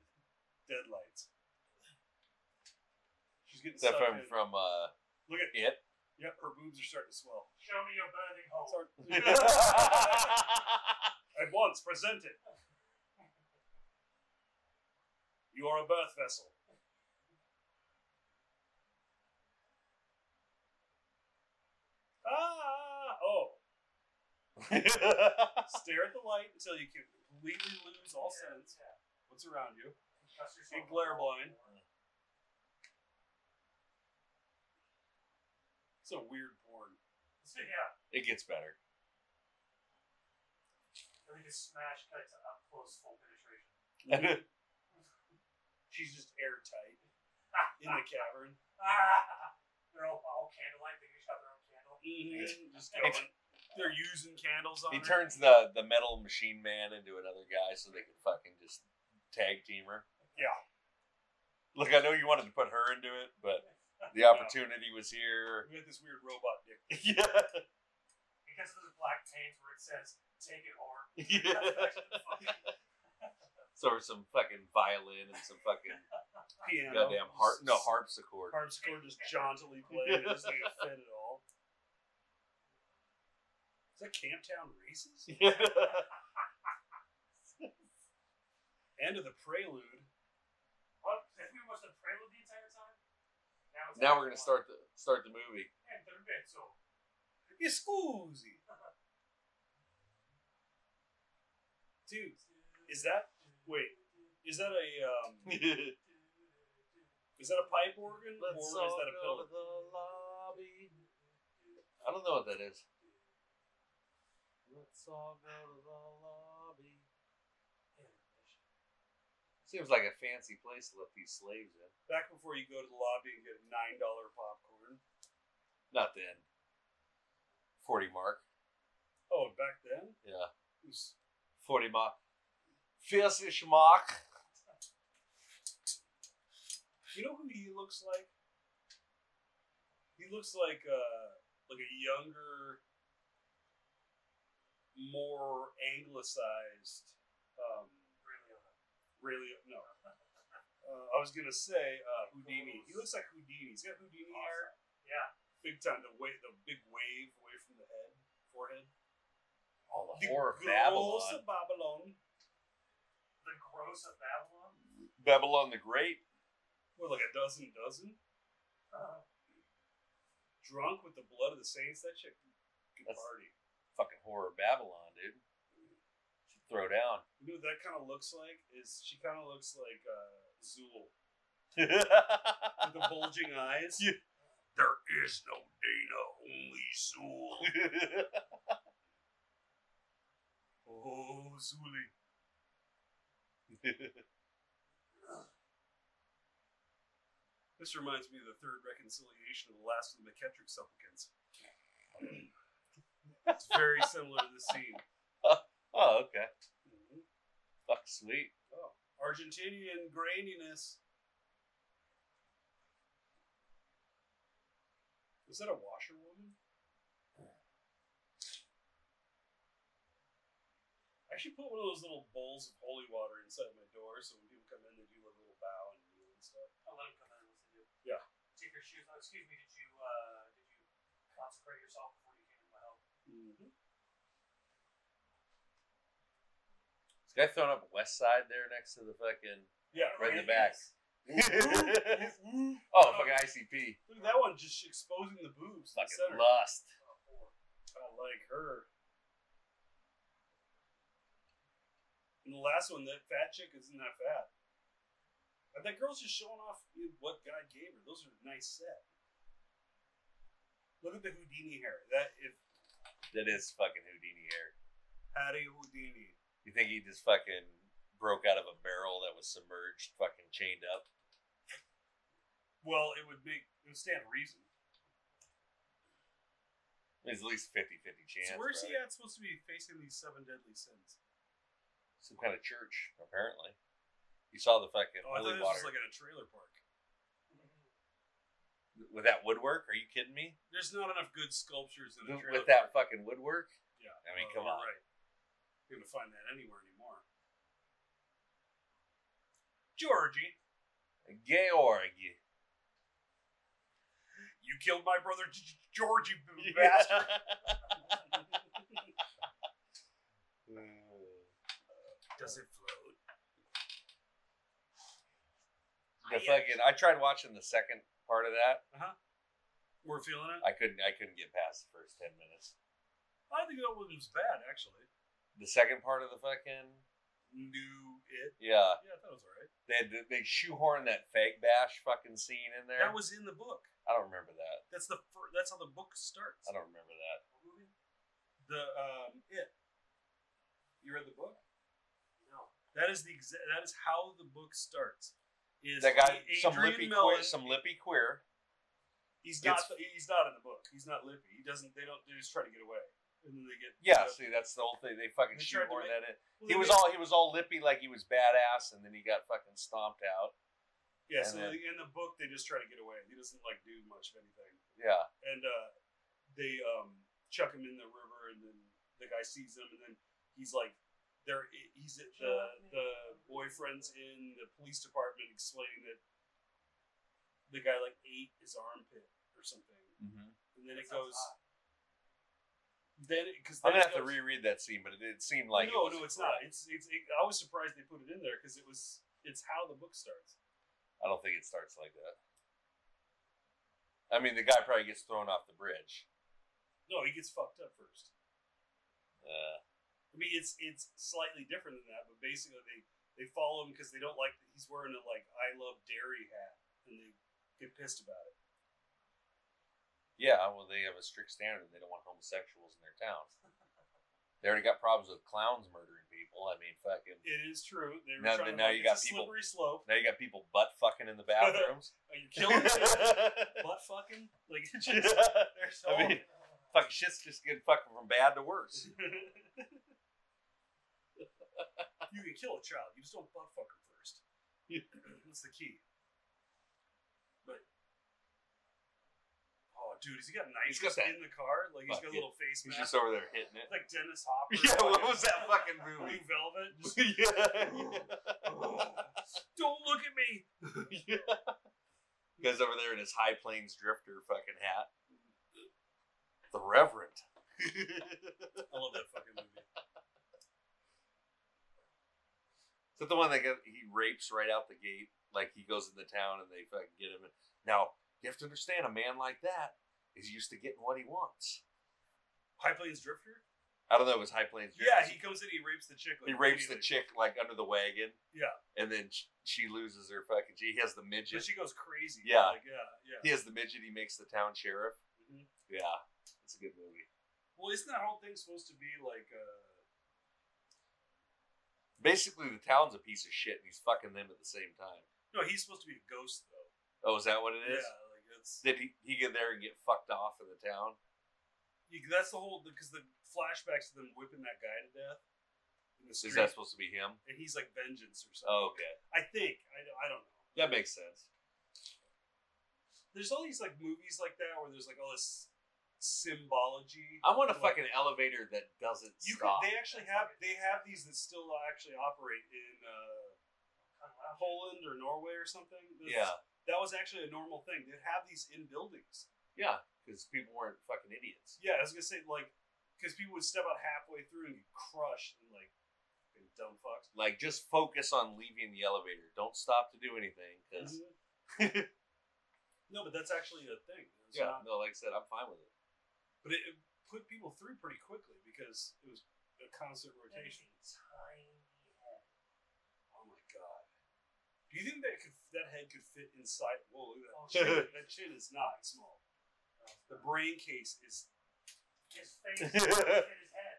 Speaker 2: dead lights? She's getting
Speaker 3: Is that
Speaker 2: sucked
Speaker 3: from
Speaker 2: in.
Speaker 3: from uh,
Speaker 2: Look at
Speaker 3: it?
Speaker 2: Yep, her boobs are starting to swell. Oh,
Speaker 4: Show me your burning hole.
Speaker 2: At once, present it. You are a birth vessel. Ah! Oh. Stare at the light until you can completely lose all sense.
Speaker 4: Yeah.
Speaker 2: What's around you?
Speaker 4: Trust yourself.
Speaker 2: Get glare blind. It's a weird porn.
Speaker 4: yeah.
Speaker 3: it gets better.
Speaker 4: Let me just smash cut to up close full penetration.
Speaker 2: She's just airtight in the cavern.
Speaker 4: Ah, they're all, all candlelight. They each got their own candle.
Speaker 2: Mm-hmm. Just going. They're using candles on
Speaker 3: he
Speaker 2: her.
Speaker 3: turns the the metal machine man into another guy so they can fucking just tag team her.
Speaker 2: Yeah.
Speaker 3: Look, I know you wanted to put her into it, but the opportunity was here.
Speaker 2: We got this weird robot dick.
Speaker 3: yeah.
Speaker 4: Because of the black paint where it says "Take it hard."
Speaker 3: So there's some fucking violin and some fucking
Speaker 2: Piano.
Speaker 3: goddamn harp, no harpsichord.
Speaker 2: Harpsichord just jauntily playing. It doesn't even fit at all. Is that Camptown Races? End of the prelude.
Speaker 4: What if we watched the prelude the entire time? Now, it's
Speaker 3: now we're gonna start the start the movie.
Speaker 4: Intermezzo.
Speaker 2: Excuse me. Dude, is that wait? Is that a um, is that a pipe organ or is that a pillow?
Speaker 3: the lobby. I don't know what that is. Let's all go to the lobby. Seems like a fancy place to let these slaves in.
Speaker 2: Back before you go to the lobby and get a nine dollar popcorn.
Speaker 3: Not then. Forty mark.
Speaker 2: Oh, back then
Speaker 3: Yeah.
Speaker 2: it was
Speaker 3: Forty mark. Fifty mark.
Speaker 2: You know who he looks like? He looks like uh like a younger, more anglicized um Ray Liotta. no. Uh, I was gonna say uh, Houdini. He looks like Houdini. He's got Houdini hair,
Speaker 4: Yeah.
Speaker 2: big time. The way the big wave away from the head, forehead.
Speaker 3: All the
Speaker 2: The
Speaker 3: horror of
Speaker 2: girls
Speaker 3: Babylon.
Speaker 2: of Babylon.
Speaker 4: The gross of Babylon.
Speaker 3: Babylon the Great.
Speaker 2: What, like a dozen dozen?
Speaker 4: Uh,
Speaker 2: Drunk with the blood of the saints. That chick can
Speaker 3: That's-
Speaker 2: party.
Speaker 3: Fucking horror of Babylon, dude. Should throw down.
Speaker 2: You know what that kind of looks like? Is she kind of looks like uh, Zool with the bulging eyes? There is no Dana, only Zool. oh, Zooly. this reminds me of the third reconciliation of the last of the McKettrick supplicants. it's very similar to this scene.
Speaker 3: oh, okay. Fuck, sweet.
Speaker 2: Oh, Argentinian graininess. Was that a washerwoman? I should put one of those little bowls of holy water inside my door so when people come in, they do like a little bow and kneel and stuff.
Speaker 4: I'll let him come in once they do.
Speaker 2: Yeah.
Speaker 4: Take your shoes. Oh, excuse me. Did you uh, did you consecrate yourself before you came to my help?
Speaker 2: Mm-hmm.
Speaker 3: This guy throwing up West Side there next to the fucking.
Speaker 2: Yeah,
Speaker 3: Right in the
Speaker 2: right.
Speaker 3: back.
Speaker 2: Ooh,
Speaker 3: oh, fucking ICP.
Speaker 2: Look at that one just exposing the boobs. in the
Speaker 3: Fucking
Speaker 2: center.
Speaker 3: lust.
Speaker 2: I like her. And the last one, that fat chick isn't that fat. But that girl's just showing off what God gave her. Those are a nice set. Look at the Houdini hair. That if
Speaker 3: That is fucking Houdini hair.
Speaker 2: Patty Houdini.
Speaker 3: You think he just fucking broke out of a barrel that was submerged, fucking chained up?
Speaker 2: Well, it would make it would stand to reason.
Speaker 3: There's at least 50 50 chance.
Speaker 2: so where's he
Speaker 3: brother.
Speaker 2: at supposed to be facing these seven deadly sins?
Speaker 3: Some kind of church, apparently. You saw the fucking
Speaker 2: Oh, I
Speaker 3: holy
Speaker 2: thought this
Speaker 3: water.
Speaker 2: was like at a trailer park.
Speaker 3: With that woodwork? Are you kidding me?
Speaker 2: There's not enough good sculptures in the trailer.
Speaker 3: With that
Speaker 2: park.
Speaker 3: fucking woodwork?
Speaker 2: yeah.
Speaker 3: I mean,
Speaker 2: well,
Speaker 3: come
Speaker 2: you're
Speaker 3: on.
Speaker 2: Right. You're gonna find that anywhere anymore. Georgie,
Speaker 3: Georg.
Speaker 2: you killed my brother, G- G- George, you b- bastard. Does it float?
Speaker 3: The fucking I tried watching the second part of that.
Speaker 2: We're feeling it.
Speaker 3: I couldn't I couldn't get past the first ten minutes.
Speaker 2: I think that one was bad, actually.
Speaker 3: The second part of the fucking
Speaker 2: New it.
Speaker 3: Yeah.
Speaker 2: Yeah, that was all right.
Speaker 3: They had to- they shoehorn that fag bash fucking scene in there.
Speaker 2: That was in the book.
Speaker 3: I don't remember that.
Speaker 2: That's the fir- that's how the book starts.
Speaker 3: I don't remember that.
Speaker 2: The um, it. You read the book?
Speaker 4: No.
Speaker 2: That is the exa- that is how the book starts. Is
Speaker 3: That guy
Speaker 2: A-
Speaker 3: some
Speaker 2: Adrian
Speaker 3: lippy
Speaker 2: Mellon-
Speaker 3: queer some lippy queer.
Speaker 2: He's not.
Speaker 3: gets-
Speaker 2: he's not in the book. He's not lippy. He doesn't. They don't. They just try to get away, and then they get.
Speaker 3: Yeah, see that's the whole thing. They fucking
Speaker 2: They tried to
Speaker 3: shoehorned
Speaker 2: make-
Speaker 3: that in.
Speaker 2: Well,
Speaker 3: He
Speaker 2: they
Speaker 3: was
Speaker 2: make-
Speaker 3: all he was all lippy like he was badass and then he got fucking stomped out.
Speaker 2: Yeah. So
Speaker 3: and then-
Speaker 2: in the book, they just try to get away. He doesn't like do much of anything,
Speaker 3: Yeah.
Speaker 2: and uh, they um, chuck him in the river, and then the guy sees him, and then he's like, "There." He's at the the boyfriend's in the police department explaining that the guy like ate his armpit or something,
Speaker 3: Mm-hmm.
Speaker 2: and then
Speaker 4: That
Speaker 2: it
Speaker 4: sounds
Speaker 2: goes.
Speaker 4: hot.
Speaker 2: Then because
Speaker 3: I'm gonna have to reread that scene, but it, it seemed like it was-
Speaker 2: no, no, it's not. It's it's. It, I was surprised they put it in there because it was. It's how the book starts.
Speaker 3: I don't think it starts like that. I mean, the guy probably gets thrown off the bridge.
Speaker 2: No, he gets fucked up first.
Speaker 3: Uh,
Speaker 2: I mean, it's it's slightly different than that, but basically they they follow him because they don't like that he's wearing a like I love dairy hat, and they get pissed about it.
Speaker 3: yeah, well, they have a strict standard. They don't want homosexuals in their town. They already got problems with clowns murdering people. I mean, fucking.
Speaker 2: It is true. They were
Speaker 3: Now-
Speaker 2: trying to
Speaker 3: now you
Speaker 2: make it
Speaker 3: got
Speaker 2: a
Speaker 3: people-
Speaker 2: slippery slope.
Speaker 3: Now you got people butt fucking in the bathrooms.
Speaker 2: Are you killing me?
Speaker 3: I
Speaker 2: butt fucking? Like it's just there's so
Speaker 3: mean, fucking shit's just getting fucking from bad to worse.
Speaker 2: you can kill a child. You just don't butt fuck her first. That's the key. But oh, dude, has he got
Speaker 3: He's
Speaker 2: nitrous
Speaker 3: got that-
Speaker 2: in the car? Like he's
Speaker 3: Fuck
Speaker 2: got a
Speaker 3: it.
Speaker 2: little face
Speaker 3: He's
Speaker 2: mask,
Speaker 3: just over there hitting it.
Speaker 2: like Dennis Hopper.
Speaker 3: Yeah, what
Speaker 2: fucking
Speaker 3: was that fucking
Speaker 2: Blue
Speaker 3: movie?
Speaker 2: Velvet. Just,
Speaker 3: yeah.
Speaker 2: don't look at me.
Speaker 3: Guys over there in his High Plains Drifter fucking hat. The Reverend.
Speaker 2: I love that fucking movie.
Speaker 3: Is that the one that get, he rapes right out the gate? Like he goes in the town and they fucking get him. Now, you have to understand a man like that is used to getting what he wants.
Speaker 2: High Plains Drifter.
Speaker 3: I don't know if it's High Plains Drifter.
Speaker 2: Yeah, he comes in, he rapes the chick. Like,
Speaker 3: he rapes the
Speaker 2: immediately.
Speaker 3: chick like under the wagon.
Speaker 2: Yeah.
Speaker 3: And then sh- she loses her fucking. She has the
Speaker 2: But
Speaker 3: midget.
Speaker 2: she goes crazy.
Speaker 3: Yeah.
Speaker 2: like, yeah,
Speaker 3: He
Speaker 2: yeah.
Speaker 3: has the midget. He makes the town sheriff.
Speaker 2: Mhm.
Speaker 3: Yeah. It's a good movie.
Speaker 2: Well, isn't that whole thing supposed to be like? Uh,
Speaker 3: Basically, the town's a piece of shit and he's fucking them at the same time.
Speaker 2: no, he's supposed to be a ghost though.
Speaker 3: Oh, is that what it is?
Speaker 2: Yeah, like it's
Speaker 3: Did he, he get there and get fucked off in the town?
Speaker 2: you- that's the whole because the flashbacks to them whipping that guy to death in the
Speaker 3: Is
Speaker 2: street,
Speaker 3: that supposed to be him?
Speaker 2: and he's like vengeance or something.
Speaker 3: Oh, okay.
Speaker 2: I think I, don't- I don't know.
Speaker 3: That makes sense.
Speaker 2: There's all these like movies like that where there's like all this symbology.
Speaker 3: I want a
Speaker 2: Like,
Speaker 3: fucking elevator that doesn't
Speaker 2: You could,
Speaker 3: Oh, stop.
Speaker 2: they actually have they have these that still actually operate in uh, Poland or Norway or something. That's-
Speaker 3: yeah,
Speaker 2: that was actually a normal thing. They'd have these in buildings.
Speaker 3: yeah, because people weren't fucking idiots.
Speaker 2: Yeah, I was gonna say like because people would step out halfway through and get crushed and like fucking dumb fucks.
Speaker 3: Like, just focus on leaving the elevator. Don't stop to do anything. Because
Speaker 2: Mhm. no, but that's actually a thing. It's
Speaker 3: yeah,
Speaker 2: not-
Speaker 3: no, like I said, I'm fine with it.
Speaker 2: but it, it put people through pretty quickly because it was a constant rotation. Oh my god! Do you think that could that head could fit inside? Whoa, look at that! chin. that chin is not small. The brain case is.
Speaker 4: His face is in his head.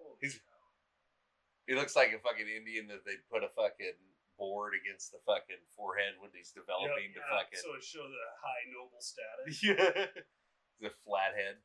Speaker 2: Holy
Speaker 3: He's-
Speaker 2: cow.
Speaker 3: He looks like a fucking Indian that they put a fucking board against the fucking forehead when he's developing
Speaker 2: Yeah,
Speaker 3: the fucking
Speaker 2: So it shows a high noble status.
Speaker 3: the flathead.